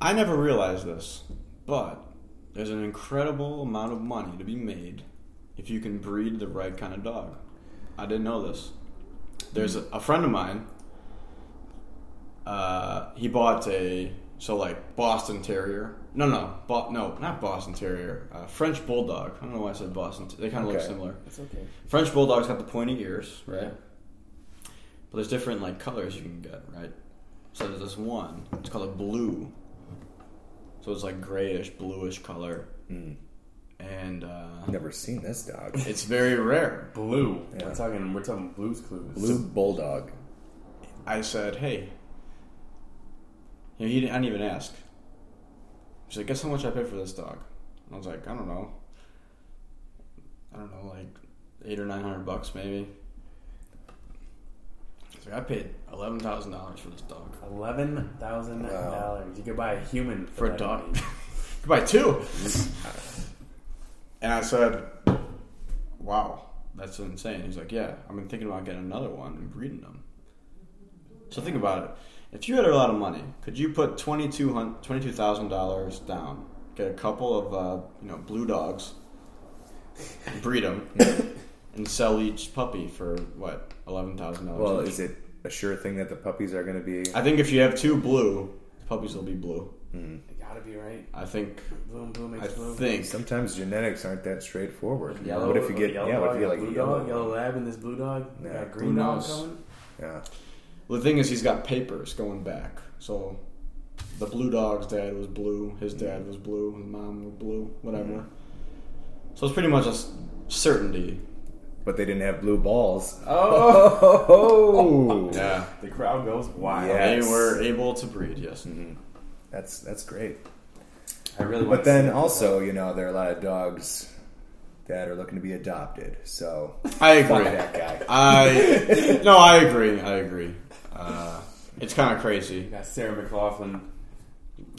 S2: I never realized this, but there's an incredible amount of money to be made if you can breed the right kind of dog. I didn't know this. There's a, a friend of mine. Uh, he bought a so like Boston Terrier. No, no, bo- no, not Boston Terrier. Uh, French Bulldog. I don't know why I said Boston. Ter- They kind of look
S3: Okay.
S2: similar.
S4: That's okay.
S2: French bulldogs got the pointy ears, right? But there's different like colors you can get, right? So there's this one. It's called a blue. So it's like grayish, bluish color,
S3: Hmm.
S2: and uh,
S3: Never seen this dog.
S2: it's very rare.
S4: Blue.
S3: Yeah.
S4: We're talking. We're talking Blue's Clues.
S3: Blue bulldog.
S2: I said, "Hey," You know, he didn't, I didn't even ask. She's like, "Guess how much I paid for this dog?" And I was like, "I don't know. I don't know, like eight or nine hundred bucks, maybe." She's like, "I paid eleven thousand dollars for this dog."
S4: Eleven thousand dollars. You could buy a human
S2: for a
S4: that
S2: dog.
S4: money.
S2: Goodbye, two. and I said, "Wow, that's insane." He's like, "Yeah, I've been thinking about getting another one and breeding them." So think about it. If you had a lot of money, could you put twenty two hundred twenty two thousand dollars down, get a couple of uh, you know blue dogs, and breed them, and sell each puppy for what eleven thousand dollars?
S3: Well, is it a sure thing that the puppies are going to be?
S2: I think if you have two blue, the puppies will be blue.
S4: You gotta be right.
S2: I think.
S4: Blue and blue
S2: I
S4: makes blue.
S2: think.
S3: Sometimes genetics aren't that straightforward.
S4: Yellow,
S3: what if you get
S4: yellow
S3: yeah? What if
S4: dog,
S3: you get like
S4: blue
S3: yellow?
S4: dog, yellow lab, and this blue dog? You
S3: Yeah.
S4: got green
S2: Who
S4: dog
S2: knows?
S4: coming?
S3: Yeah,
S2: Well, the thing is, he's got papers going back. So the blue dog's dad was blue. His dad was blue. His mom was blue. Whatever. So it's pretty much a s- certainty.
S3: but they didn't have blue balls.
S4: Oh,
S3: Oh,
S2: Yeah.
S4: the crowd goes wild.
S3: Yeah. Yes.
S2: They
S3: Mm-hmm.
S2: were able to breed. Yes.
S3: that's that's great.
S4: I really. wanna
S3: But then
S4: see that.
S3: also, you know, there are a lot of dogs that are looking to be adopted. So
S2: I
S3: fuck
S2: agree.
S3: that guy.
S2: I no, I agree. I agree. Uh, it's kind of crazy.
S4: You got Sarah McLaughlin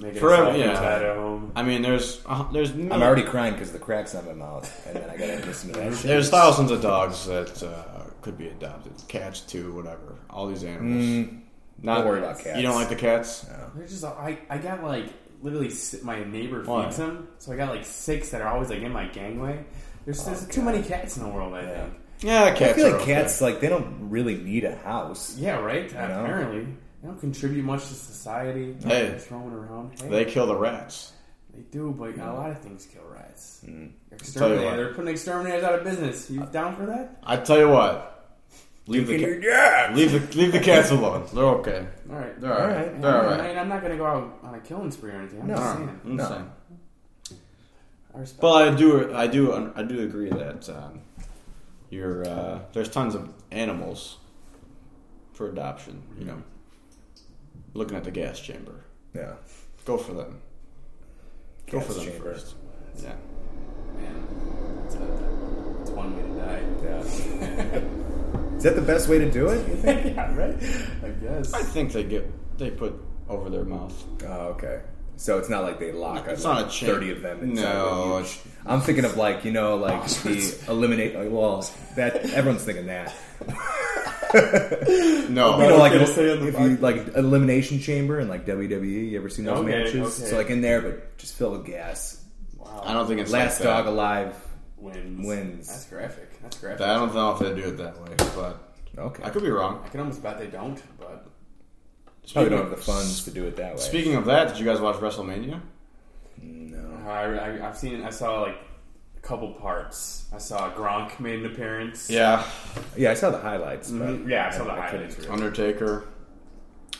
S4: making
S2: Forever,
S4: Forever, a
S2: yeah.
S4: yeah. at home.
S2: I mean, there's uh, there's mil-
S3: I'm already crying because the cracks on my mouth, and then I gotta listen to that shit.
S2: there's thousands of dogs that uh, could be adopted. Cats too. Whatever. All these animals.
S3: Mm,
S2: Not
S3: worry about cats.
S2: You don't like the cats.
S4: There's just I I got like literally si- my neighbor
S2: Why?
S4: feeds them, so I got like six that are always like in my gangway. There's, there's
S3: Oh,
S4: too
S3: God.
S4: many cats in the world. I
S3: Yeah.
S4: think.
S2: Yeah, cats.
S3: I feel
S2: are
S3: like
S2: okay.
S3: cats like they don't really need a house.
S4: Yeah, right.
S3: know?
S4: Apparently, they don't contribute much to society.
S2: Hey.
S4: They're thrown around. Hey,
S2: They
S4: they,
S2: kill the rats.
S4: do, but a lot of things kill rats.
S2: Mm. Tell you
S4: Exterminator.
S2: what. Uh,
S4: They're putting exterminators out of business. You down for that?
S2: I tell you what, leave the ca-
S3: Yeah.
S2: leave the leave the cats alone. They're okay.
S4: All right.
S2: They're all right.
S3: Alright.
S2: They're all
S4: I
S2: right.
S4: mean, I'm not going to go out on a killing spree or anything. I'm
S3: No.
S4: just
S2: All right.
S4: saying.
S2: I'm
S3: No.
S2: saying.
S4: I respect.
S2: But I do I do I do agree that um, you're uh, there's tons of animals for adoption. You know, looking at the gas chamber,
S3: Yeah.
S2: go for them. Go for
S3: Gas
S2: them
S3: chamber.
S2: first. Yeah.
S4: man, it's, a, it's one way to die.
S3: Yeah. Is that the best way to do it? You think?
S4: yeah, right. I guess.
S2: I think they get they put over their mouth.
S3: Oh, okay. So it's not like they lock.
S2: It's
S3: like,
S2: not a chain.
S3: thirty of them. inside
S2: No,
S3: with you.
S2: it's-
S3: I'm thinking of like you know like the eliminate. Like, well, that everyone's thinking that.
S2: No,
S3: You know, like
S4: gonna
S3: if
S4: say on the
S3: you like elimination chamber and like WWE. You ever seen those
S4: Okay,
S3: matches?
S4: okay.
S3: So like in there, but just filled with gas.
S4: wow.
S2: I don't think it's
S3: Last
S2: like that.
S3: dog alive.
S4: wins.
S3: Wins.
S4: That's graphic. That's graphic.
S2: I don't know if they do it that way, but
S3: Okay.
S2: I could be wrong.
S4: I can almost bet they don't, but
S3: Probably don't have the funds to do it that way.
S2: Speaking of that, did you guys watch WrestleMania?
S3: no.
S4: I, I, I've seen. I saw like a couple parts. I saw Gronk made an appearance.
S2: Yeah.
S3: Yeah, I saw the highlights. but
S4: Mhm. yeah. I saw the
S3: I couldn't-
S4: highlights. Really.
S2: Undertaker.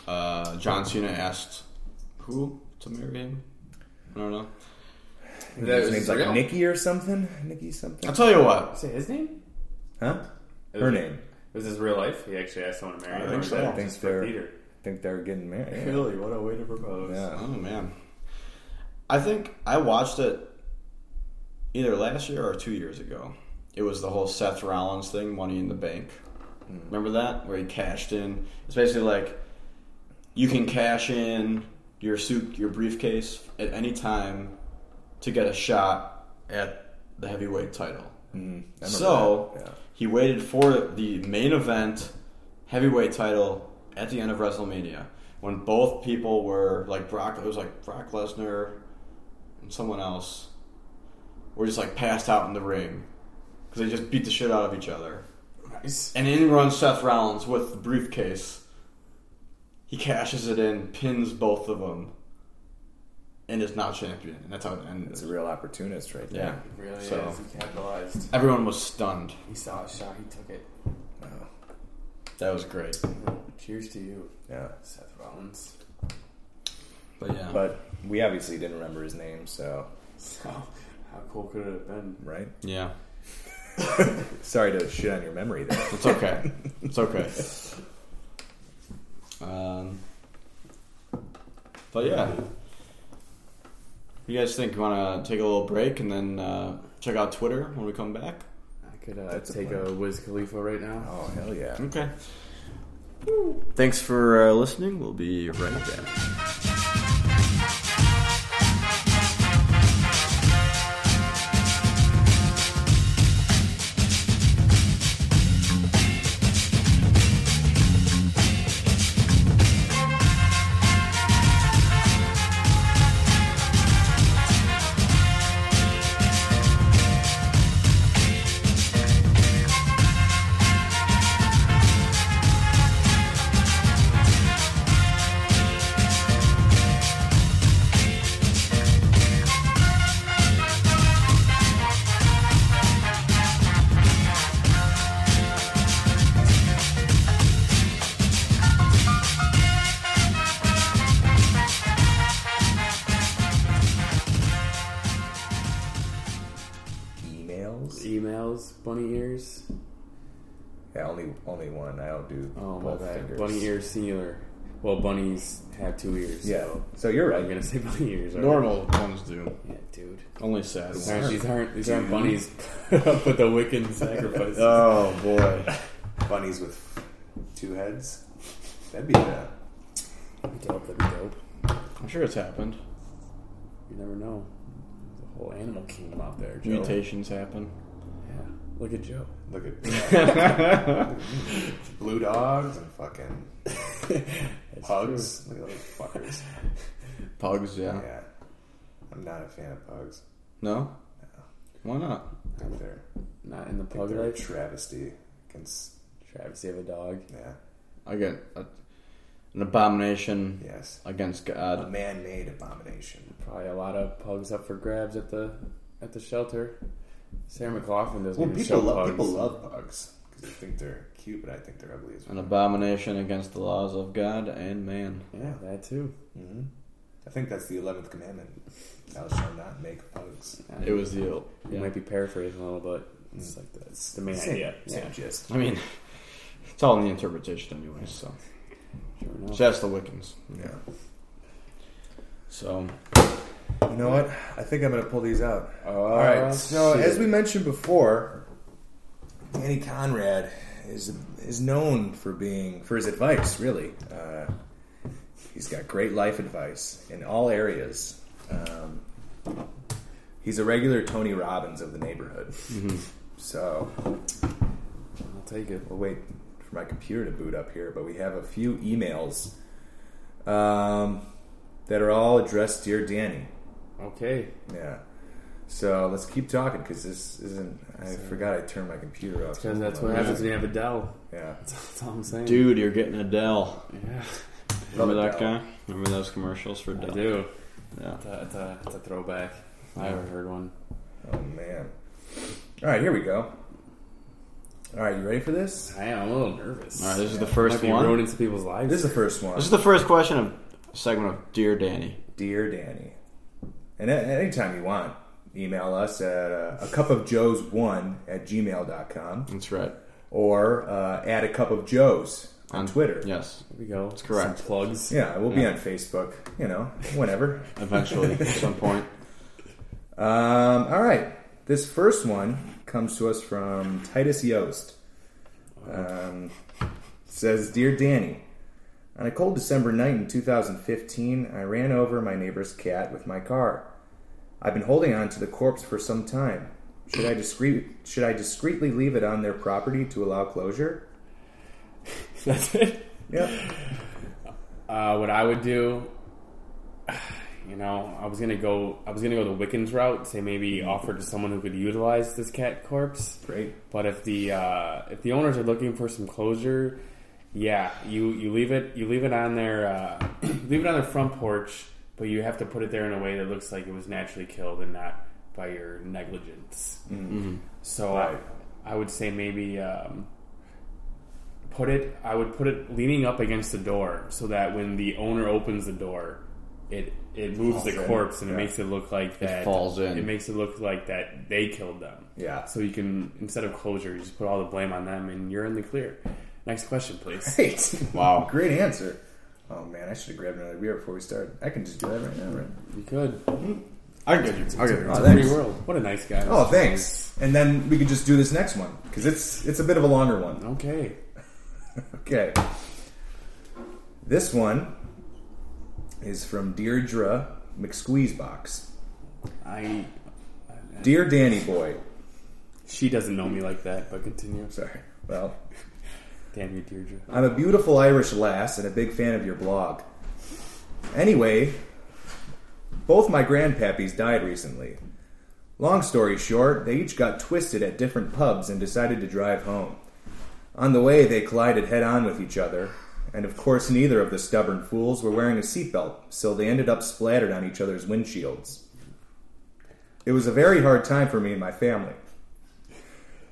S2: Uh, John Cena asked, "Who to marry him. I don't know.
S3: I think His
S2: That
S3: name's
S2: is
S3: like
S2: real.
S3: Nikki or something. Nikki something.
S2: I'll tell you what.
S4: Say his name?
S3: Huh? Her name.
S4: Was this real life? He actually asked someone to marry
S2: I
S4: him.
S2: think
S4: or
S2: so.
S4: was that
S2: I
S3: think
S4: just for
S3: they're-
S4: theater.
S3: think they're getting married.
S4: Really, what a way to propose.
S3: Yeah.
S2: Oh man, I think I watched it either last year or two years ago. It was the whole Seth Rollins thing, Money in the Bank. Remember that where he cashed in? It's basically like you can cash in your suit, your briefcase at any time to get a shot at the heavyweight title.
S3: Mm, I remember
S2: So
S3: that, yeah.
S2: he waited for the main event heavyweight title at the end of WrestleMania when both people were like Brock. It was like Brock Lesnar and someone else were just like passed out in the ring because they just beat the shit out of each other.
S4: Nice.
S2: And in runs Seth Rollins with the briefcase. He cashes it in, pins both of them, and is now champion. And that's how it
S3: It's
S2: ends.
S3: a real opportunist right
S2: Yeah.
S3: there.
S4: Really
S2: So-
S4: is. He capitalized.
S2: Everyone was stunned.
S4: He saw a shot. He took it.
S3: Wow.
S2: That was great.
S4: Cheers to you,
S3: Yeah.
S4: Seth Rollins.
S2: But yeah.
S3: But we obviously didn't remember his name, so
S4: So, how cool could it have been?
S3: right.
S2: yeah.
S3: Sorry to shit on your memory there.
S2: It's okay. It's okay. Um, but yeah, you guys think you want to take a little break and then uh, check out Twitter when we come back?
S4: I could uh,
S3: That's a
S4: take
S3: plan.
S4: a Wiz Khalifa right now.
S3: oh hell yeah.
S2: Okay. Thanks for uh, listening. We'll be right back.
S4: E
S3: Emails.
S4: Emails, bunny ears.
S3: Yeah, only only one. I don't do
S4: Oh my
S3: both
S4: bad.
S3: fingers.
S4: Bunny ear singular. Well, bunnies have two ears.
S3: Yeah.
S4: So
S3: So you're
S4: I'm
S3: right.
S4: gonna say bunny ears. alright?
S2: Normal ones do.
S4: Yeah, dude.
S2: Only sad
S4: These aren't,
S2: ones.
S4: these aren't these aren't bunnies with the Wiccan sacrifices.
S2: Oh boy.
S3: Bunnies with two heads. That'd be uh, the
S4: That'd be dope. That'd be dope.
S2: I'm sure it's happened.
S4: You never know. There's a whole animal kingdom out there, Joe.
S2: Mutations happen.
S4: Yeah. Look at Joe.
S3: look at blue dogs and fucking
S4: That's
S3: pugs. Look at those fuckers.
S2: Pugs, yeah.
S3: Yeah. I'm not a fan of pugs.
S2: No? Why not?
S3: I think they're,
S4: true. Not in the
S3: I think
S4: pug
S3: they're a
S4: life.
S3: travesty. Against,
S4: Travis, you have a dog.
S3: yeah.
S2: I get a, an abomination
S3: Yes.
S2: against
S4: Mm.
S3: A
S2: God.
S3: man-made abomination.
S4: Probably a lot of pugs up for grabs at the at the shelter. Sarah McLaughlin doesn't.
S3: Well,
S4: even
S3: people
S4: show
S3: love
S4: pugs.
S3: people love bugs because they think they're cute, but I think they're ugly as
S2: An
S3: well.
S2: abomination against the laws of God and man.
S4: Yeah, that too.
S3: hmm I think that's the eleventh commandment: "Thou shalt not make bugs."
S4: Yeah.
S2: It was the.
S4: You
S2: Yeah.
S4: might be paraphrasing a little, but it's like the, it's the main
S3: Hmm. same,
S4: idea.
S3: Same
S4: Yeah.
S3: gist.
S2: I mean, it's all in the interpretation, anyway. So,
S4: Sure enough.
S2: so that's the Wiccans.
S3: Yeah.
S2: So,
S3: You know what? I think I'm gonna pull these out.
S4: All
S3: All right. Uh, So as we mentioned before, Danny Conrad is is known for being for his advice. Really, uh, he's got great life advice in all areas. Um, he's a regular Tony Robbins of the neighborhood.
S4: Mm-hmm.
S3: So
S4: I'll take it.
S3: we'll wait for my computer to boot up here, but we have a few emails um, that are all addressed, dear Danny.
S4: Okay.
S3: Yeah. So let's keep talking because this isn't. I forgot I turned my computer off.
S4: Because that's what happens when you have Adele.
S3: Yeah.
S4: That's, that's all I'm saying.
S2: dude, you're getting Adele.
S4: Yeah.
S2: Remember
S3: Love
S2: that
S3: Adele.
S2: guy? Remember those commercials for
S4: I
S2: Adele?
S4: do.
S2: Yeah.
S4: It's a, it's a, it's a throwback. I
S2: Yeah.
S4: ever heard one.
S3: Oh man. All right, here we go. All right, you ready for this?
S4: I am a little nervous.
S2: All right, this is the
S4: Might
S2: first
S4: be
S2: one.
S4: ruining some people's lives.
S3: This is the first one.
S2: This is the first question of segment of Dear Danny.
S3: Dear Danny, and at, at any time you want, email us at uh, a cup of joes one at gmail.com
S2: That's right.
S3: or uh, at a cup of joes on, Twitter.
S2: Yes,
S4: There we go. That's
S2: correct.
S4: Some plugs.
S3: Yeah, we'll be
S2: Yeah.
S3: on Facebook, you know, whenever.
S2: eventually at some point.
S3: um, all right. This first one comes to us from Titus Yost. Um, says, Dear Danny, on a cold December night in 2015, I ran over my neighbor's cat with my car. I've been holding on to the corpse for some time. Should I, discreet, should I discreetly leave it on their property to allow closure?
S4: That's it.
S3: Yep.
S4: Uh, what I would do, you know, I was gonna go. I was gonna go the Wiccans route. Say maybe offer to someone who could utilize this cat corpse.
S3: Great.
S4: But if the uh, if the owners are looking for some closure, yeah, you, you leave it you leave it on their uh, leave it on their front porch, but you have to put it there in a way that looks like it was naturally killed and not by your negligence. So
S3: Mm-hmm. Right.
S4: I, I would say maybe um, put it. I would put it leaning up against the door so that when the owner opens the door, it it moves the
S3: Falls in.
S4: corpse and
S3: Yeah.
S4: it makes it look like that
S2: falls in.
S4: It makes it look like that they killed them.
S3: Yeah.
S4: So you can instead of closure, you just put all the blame on them, and you're in the clear. Next question, please.
S3: Great.
S2: Wow.
S3: Great answer. Oh man, I should have grabbed another beer before we started. I can just do that right now, right?
S4: You could.
S2: I give you. I'll give you.
S3: Oh,
S2: one.
S3: thanks.
S4: Free world. What a nice guy.
S3: Oh, thanks. And then we could just do this next one because it's it's a bit of a longer one.
S4: Okay.
S3: Okay. This one is from Deirdre McSqueezebox.
S4: I.
S3: Dear Danny Boy.
S4: She doesn't know me like that, but continue.
S3: Sorry. Well,
S4: Damn you, Deirdre.
S3: I'm a beautiful Irish lass and a big fan of your blog. Anyway, both my grandpappies died recently. Long story short, they each got twisted at different pubs and decided to drive home. On the way, they collided head on with each other, and of course, neither of the stubborn fools were wearing a seatbelt, so they ended up splattered on each other's windshields. It was a very hard time for me and my family.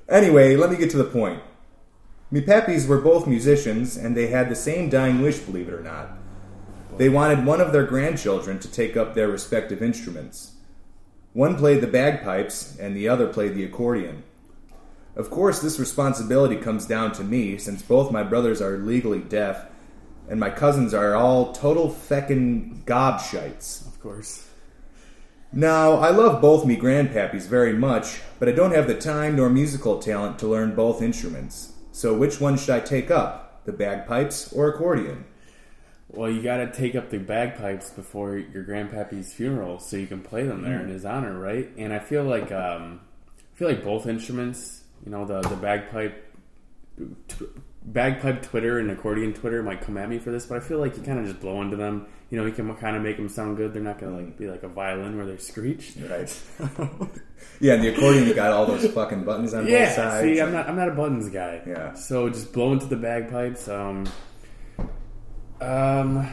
S3: Anyway, let me get to the point. Me pappies were both musicians, and they had the same dying wish, believe it or not. They wanted one of their grandchildren to take up their respective instruments. One played the bagpipes, and the other played the accordion. Of course, this responsibility comes down to me, since both my brothers are legally deaf, and my cousins are all total feckin' gobshites.
S4: Of course.
S3: Now, I love both me grandpappies very much, but I don't have the time nor musical talent to learn both instruments. So which one should I take up? The bagpipes or accordion?
S4: Well, you gotta take up the bagpipes before your grandpappy's funeral, so you can play them there
S3: Mm.
S4: in his honor, right? And I feel like um, I feel like both instruments, you know, the the bagpipe, t- bagpipe Twitter and accordion Twitter might come at me for this, but I feel like you kind of just blow into them. You know, you can kind of make them sound good. They're not gonna like be like a violin where they're screeched.
S3: Right. yeah, and the accordion you got all those fucking buttons on both
S4: Yeah,
S3: sides.
S4: see, I'm not I'm not a buttons guy.
S3: Yeah.
S4: So just blow into the bagpipes. Um, um,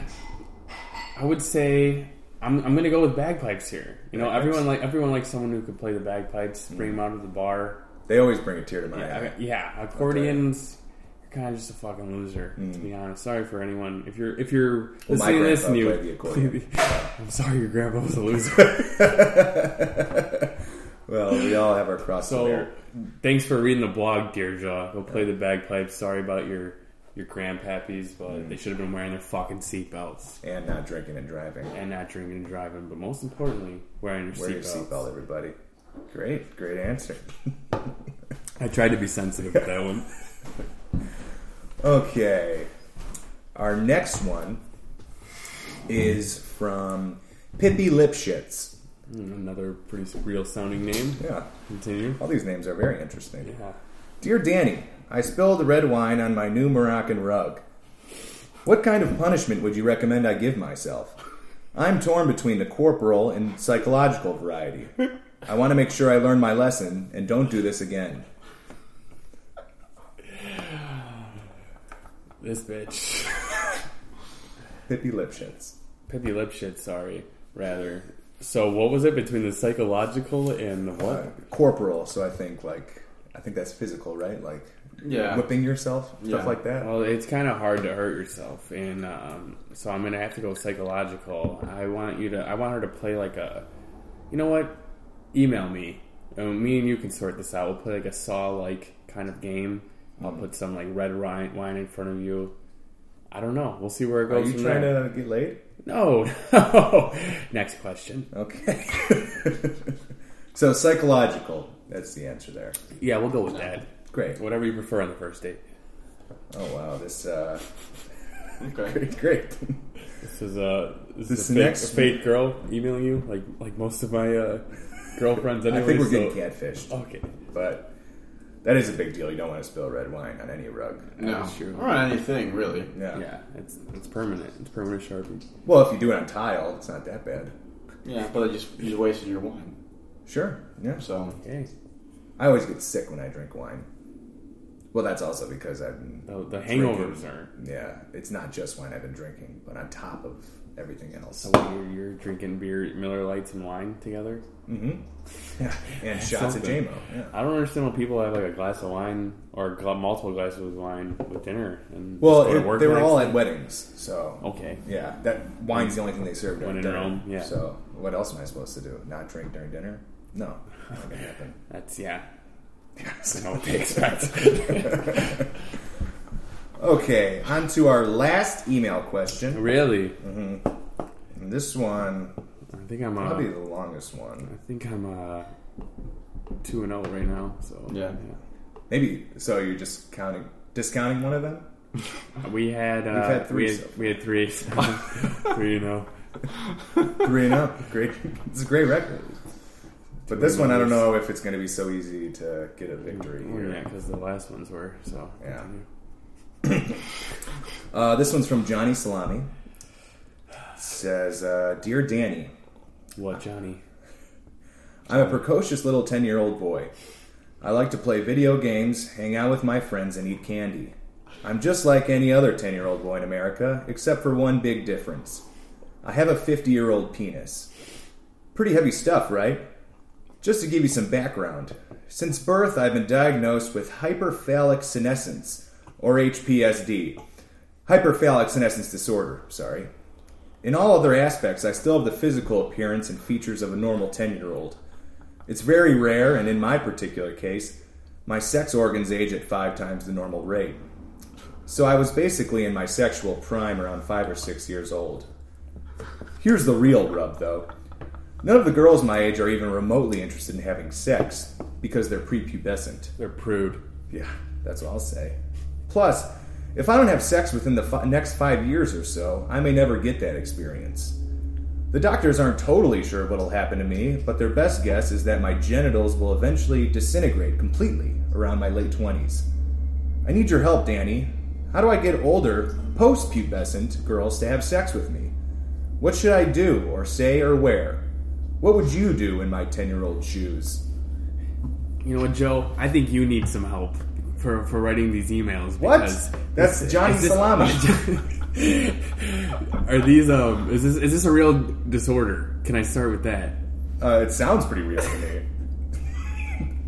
S4: I would say I'm I'm gonna go with bagpipes here. You know,
S3: Bagpipes. Mm.
S4: everyone like everyone likes someone who can play the bagpipes. Bring them out of the bar.
S3: They always bring a tear to my
S4: Yeah,
S3: eye.
S4: I- yeah, accordions. You're kind of just a fucking loser, to be honest. Sorry for anyone if you're if you're
S3: Mm. Well, my
S4: listening to this
S3: grandpa
S4: and you.
S3: played the accordion.
S4: I'm sorry, your grandpa was a loser.
S3: Well, we all have our cross to
S4: so,
S3: bear.
S4: thanks for reading the blog, Deirdre. Go play the bagpipes. Sorry about your your grandpappies, but
S3: Mm.
S4: they should have been wearing their fucking seatbelts.
S3: And not drinking and driving.
S4: and not drinking and driving, but most importantly, wearing your
S3: Wear your
S4: seatbelt.
S3: seatbelt, everybody. Great, great answer.
S4: I tried to be sensitive with that one.
S3: Okay. Our next one is from Pippi Lipschitz.
S4: Mm, Another pretty real sounding name.
S3: Yeah,
S4: Continue.
S3: all these names are very interesting.
S4: Yeah.
S3: Dear Danny, I spilled red wine on my new Moroccan rug. What kind of punishment would you recommend I give myself? I'm torn between the corporal and psychological variety. I want to make sure I learn my lesson and don't do this again.
S4: This bitch.
S3: Pippi Lipschitz.
S4: Pippi Lipshit, sorry. Rather. So what was it between the psychological and the what?
S3: Uh, Corporal, so I think like I think that's physical, right? Like
S2: Yeah.
S3: whipping yourself, stuff
S2: Uh, Yeah.
S3: like that.
S4: Well, it's kind of hard to hurt yourself, and um, so I'm gonna have to go psychological. I want you to. I want her to play like a. You know what? Email me. And me and you can sort this out. We'll play like a saw like kind of game. I'll
S3: Mm.
S4: put some like red wine wine in front of you. I don't know. We'll see where it
S3: Are
S4: goes.
S3: you
S4: from
S3: trying
S4: there.
S3: to get laid?
S4: No, no. Next question.
S3: Okay. so psychological. That's the answer there.
S4: Yeah, we'll go with that.
S3: Great.
S4: Whatever you prefer on the first date.
S3: Oh wow, this uh,
S2: Okay.
S3: great, great.
S4: This is a this,
S3: This
S4: is a fake,
S3: next-
S4: a fake girl emailing you like like most of my uh, girlfriends.
S3: I
S4: Anyway,
S3: think we're
S4: so-
S3: getting catfished,
S4: Okay.
S3: but that is a big deal. You don't want to spill red wine on any rug.
S2: No.
S4: That's true.
S2: Or on anything really.
S3: Yeah.
S4: Yeah, it's it's permanent. It's permanent sharpie.
S3: Well, if you do it on tile, it's not that bad.
S2: Yeah, but you just you just wasted your wine.
S3: Sure. Yeah.
S2: So
S4: Okay.
S3: I always get sick when I drink wine. Well, that's also because I've been
S4: The, the
S3: drinking.
S4: hangovers are
S3: Yeah, it's not just wine I've been drinking, but on top of everything else.
S4: so you're, you're drinking beer, Miller Lights, and wine together.
S3: Mm-hmm. Yeah, and shots of
S4: something.
S3: JMO. Yeah.
S4: I don't understand why people have like a glass of wine or gla- multiple glasses of wine with dinner and
S3: Well,
S4: just go to
S3: it-
S4: work
S3: they were
S4: next-
S3: all at weddings, so
S4: okay.
S3: yeah, that wine's the only thing they served
S4: When
S3: during
S4: in
S3: dinner.
S4: Rome, yeah.
S3: So what else am I supposed to do? Not drink during dinner? No, not gonna happen.
S4: That's yeah.
S3: Yes.
S4: I know what they expect.
S3: okay, on to our last email question.
S4: really,
S3: And this one
S4: I think I'm uh,
S3: probably the longest one.
S4: I think I'm uh two and zero right now. So
S2: Yeah.
S3: Maybe so. You're just counting, discounting one of them.
S4: We had uh,
S3: had three
S4: we had,
S3: so far.
S4: we had three three and oh. zero.
S3: Three and up. Great. It's a great record. But this one, I don't know if it's going to be so easy to get a victory
S4: Well, yeah,
S3: here.
S4: because the last ones were so.
S3: Yeah.
S4: continue.
S3: Uh, this one's from Johnny Salami. It says, uh, "Dear Danny,
S4: What Johnny?
S3: I'm a precocious little 10 year old boy. I like to play video games, hang out with my friends, and eat candy. I'm just like any other 10 year old boy in America, except for one big difference I have a 50 year old penis. Pretty heavy stuff, right? Just to give you some background, since birth I've been diagnosed with hyperphallic senescence, or HPSD. Hyperphallic senescence disorder, sorry. In all other aspects, I still have the physical appearance and features of a normal 10 year old. It's very rare, and in my particular case, my sex organs age at five times the normal rate. So I was basically in my sexual prime around five or six years old. Here's the real rub, though. None of the girls my age are even remotely interested in having sex because they're prepubescent.
S4: They're prude.
S3: Yeah, that's what I'll say. Plus, if I don't have sex within the fi- next five years or so, I may never get that experience. The doctors aren't totally sure what'll happen to me, but their best guess is that my genitals will eventually disintegrate completely around my late 20s. I need your help, Danny. How do I get older, post pubescent girls to have sex with me? What should I do, or say, or wear? What would you do in my 10 year old shoes?
S4: You know what, Joe? I think you need some help for for writing these emails.
S3: What?
S4: because-
S3: That's Johnny
S4: Is this-
S3: Salami.
S4: Are these um? Is this is this a real disorder? Can I start with that?
S3: Uh, it sounds pretty real to me.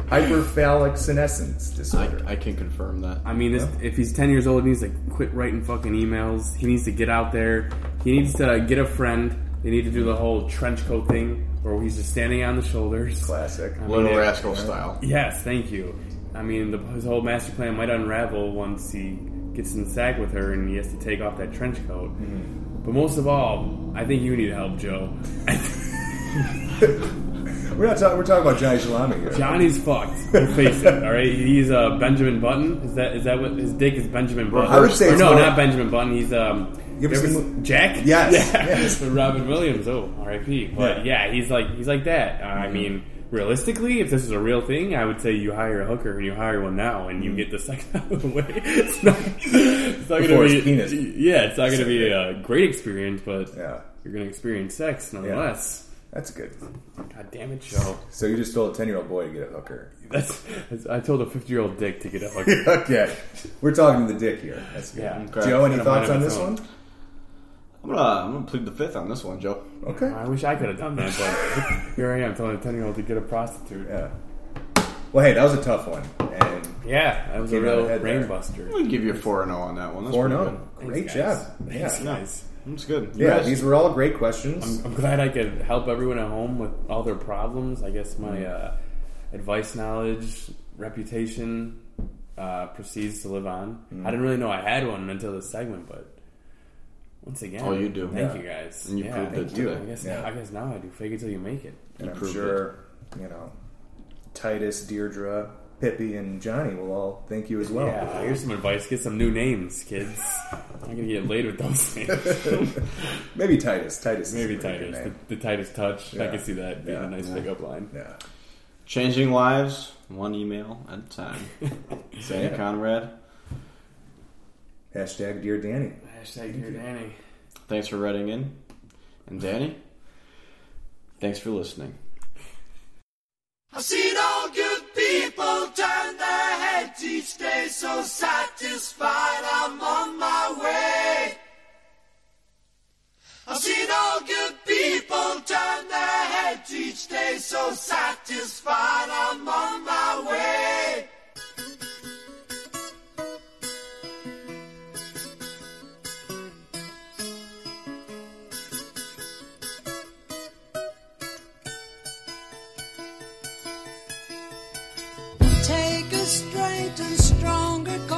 S3: Hyperphallic senescence
S2: I,
S3: disorder.
S2: I can confirm that.
S4: I mean, this, if he's 10 years old, he needs to quit writing fucking emails. He needs to get out there. He needs to get a friend. They need to do the whole trench coat thing where he's just standing on the shoulders.
S3: Classic.
S2: Little
S4: yeah.
S2: Rascal style.
S4: Yes, thank you. I mean, the, his whole master plan might unravel once he gets in the sack with her and he has to take off that trench coat. But most of all, I think you need help, Joe.
S3: We're not talking. We're talking about Johnny Salami here.
S4: Johnny's fucked. We'll face it. All right, he's uh, Benjamin Button. Is that is that what his dick is? Benjamin Button.
S3: I would say
S4: Or
S3: it's
S4: no,
S3: more-
S4: not Benjamin Button. He's um.
S3: You ever
S4: you
S3: seen
S4: ever s-
S3: the-
S4: Jack?
S3: Yes,
S4: Yeah.
S3: yes.
S4: With Robin Williams. Oh, R.I.P. But yeah. he's like he's like that. Uh,
S3: Mm-hmm.
S4: I mean, realistically, if this is a real thing, I would say you hire a hooker and you hire one now, and you
S3: Mm-hmm.
S4: get the sex out of the way. It's not, it's not
S3: Before
S4: going to
S3: his
S4: be
S3: penis.
S4: yeah, it's not going to be a great experience, but
S3: Yeah,
S4: you're going to experience sex nonetheless.
S3: that's good.
S4: God damn it, Joe.
S3: So you just told a ten-year-old boy to get a hooker.
S4: That's, that's I told a fifty-year-old dick to get a hooker.
S3: okay, we're talking to the dick here. That's good.
S4: Yeah.
S2: Okay.
S3: Joe, any
S4: It's got a
S3: thoughts
S4: mind of
S3: on
S4: its
S3: this
S4: own.
S3: one?
S2: I'm gonna I'm gonna plead the fifth on this one, Joe.
S3: Okay.
S4: I wish I could have done that, but here I am telling a ten-year-old to get a prostitute.
S3: Yeah. Well, hey, that was a tough one. And
S4: Yeah, that was a
S3: Came out
S4: real
S3: ahead there.
S4: brain buster.
S2: I'm gonna give you a four and zero on that one. That's
S3: four
S2: pretty
S3: no,
S4: Thanks,
S3: great
S4: guys.
S3: job. Yeah,
S4: Thanks,
S2: Yeah.
S4: guys.
S2: good. That's good. You
S3: yeah.
S2: guys-
S3: These were all great questions.
S4: I'm glad I could help everyone at home with all their problems. I guess my uh, advice, knowledge, reputation uh, proceeds to live on. I didn't really know I had one until this segment, but once again,
S2: Oh, you do.
S4: Thank
S3: Yeah.
S4: you guys.
S2: And you
S4: yeah,
S2: proved it
S4: thank you.
S2: today.
S4: I guess
S3: Yeah.
S4: I guess now I do. Fake it till you make it.
S3: and I'm
S2: proved
S3: sure you know Titus, Deirdre, Pippi, and Johnny will all thank you as well.
S4: Yeah, Oh. here's some advice. Get some new names, kids. I'm gonna get laid with those names.
S3: Maybe Titus. Titus. is a
S4: Maybe
S3: pretty good
S4: Titus,
S3: name.
S4: the, the Titus touch. I
S3: Yeah.
S4: can see that being
S3: Yeah.
S4: a nice pickup line.
S3: Yeah.
S2: Changing lives, one email at a time. Sandy
S3: Yeah.
S2: Conrad,
S3: Hashtag Dear Danny.
S4: Hashtag your Danny.
S2: thanks for writing in. And Danny, thanks for listening.
S5: I've seen all good people turn their heads each day so satisfied I'm on my way. I've seen all good people turn their heads each day so satisfied I'm on my way. Take a straight and stronger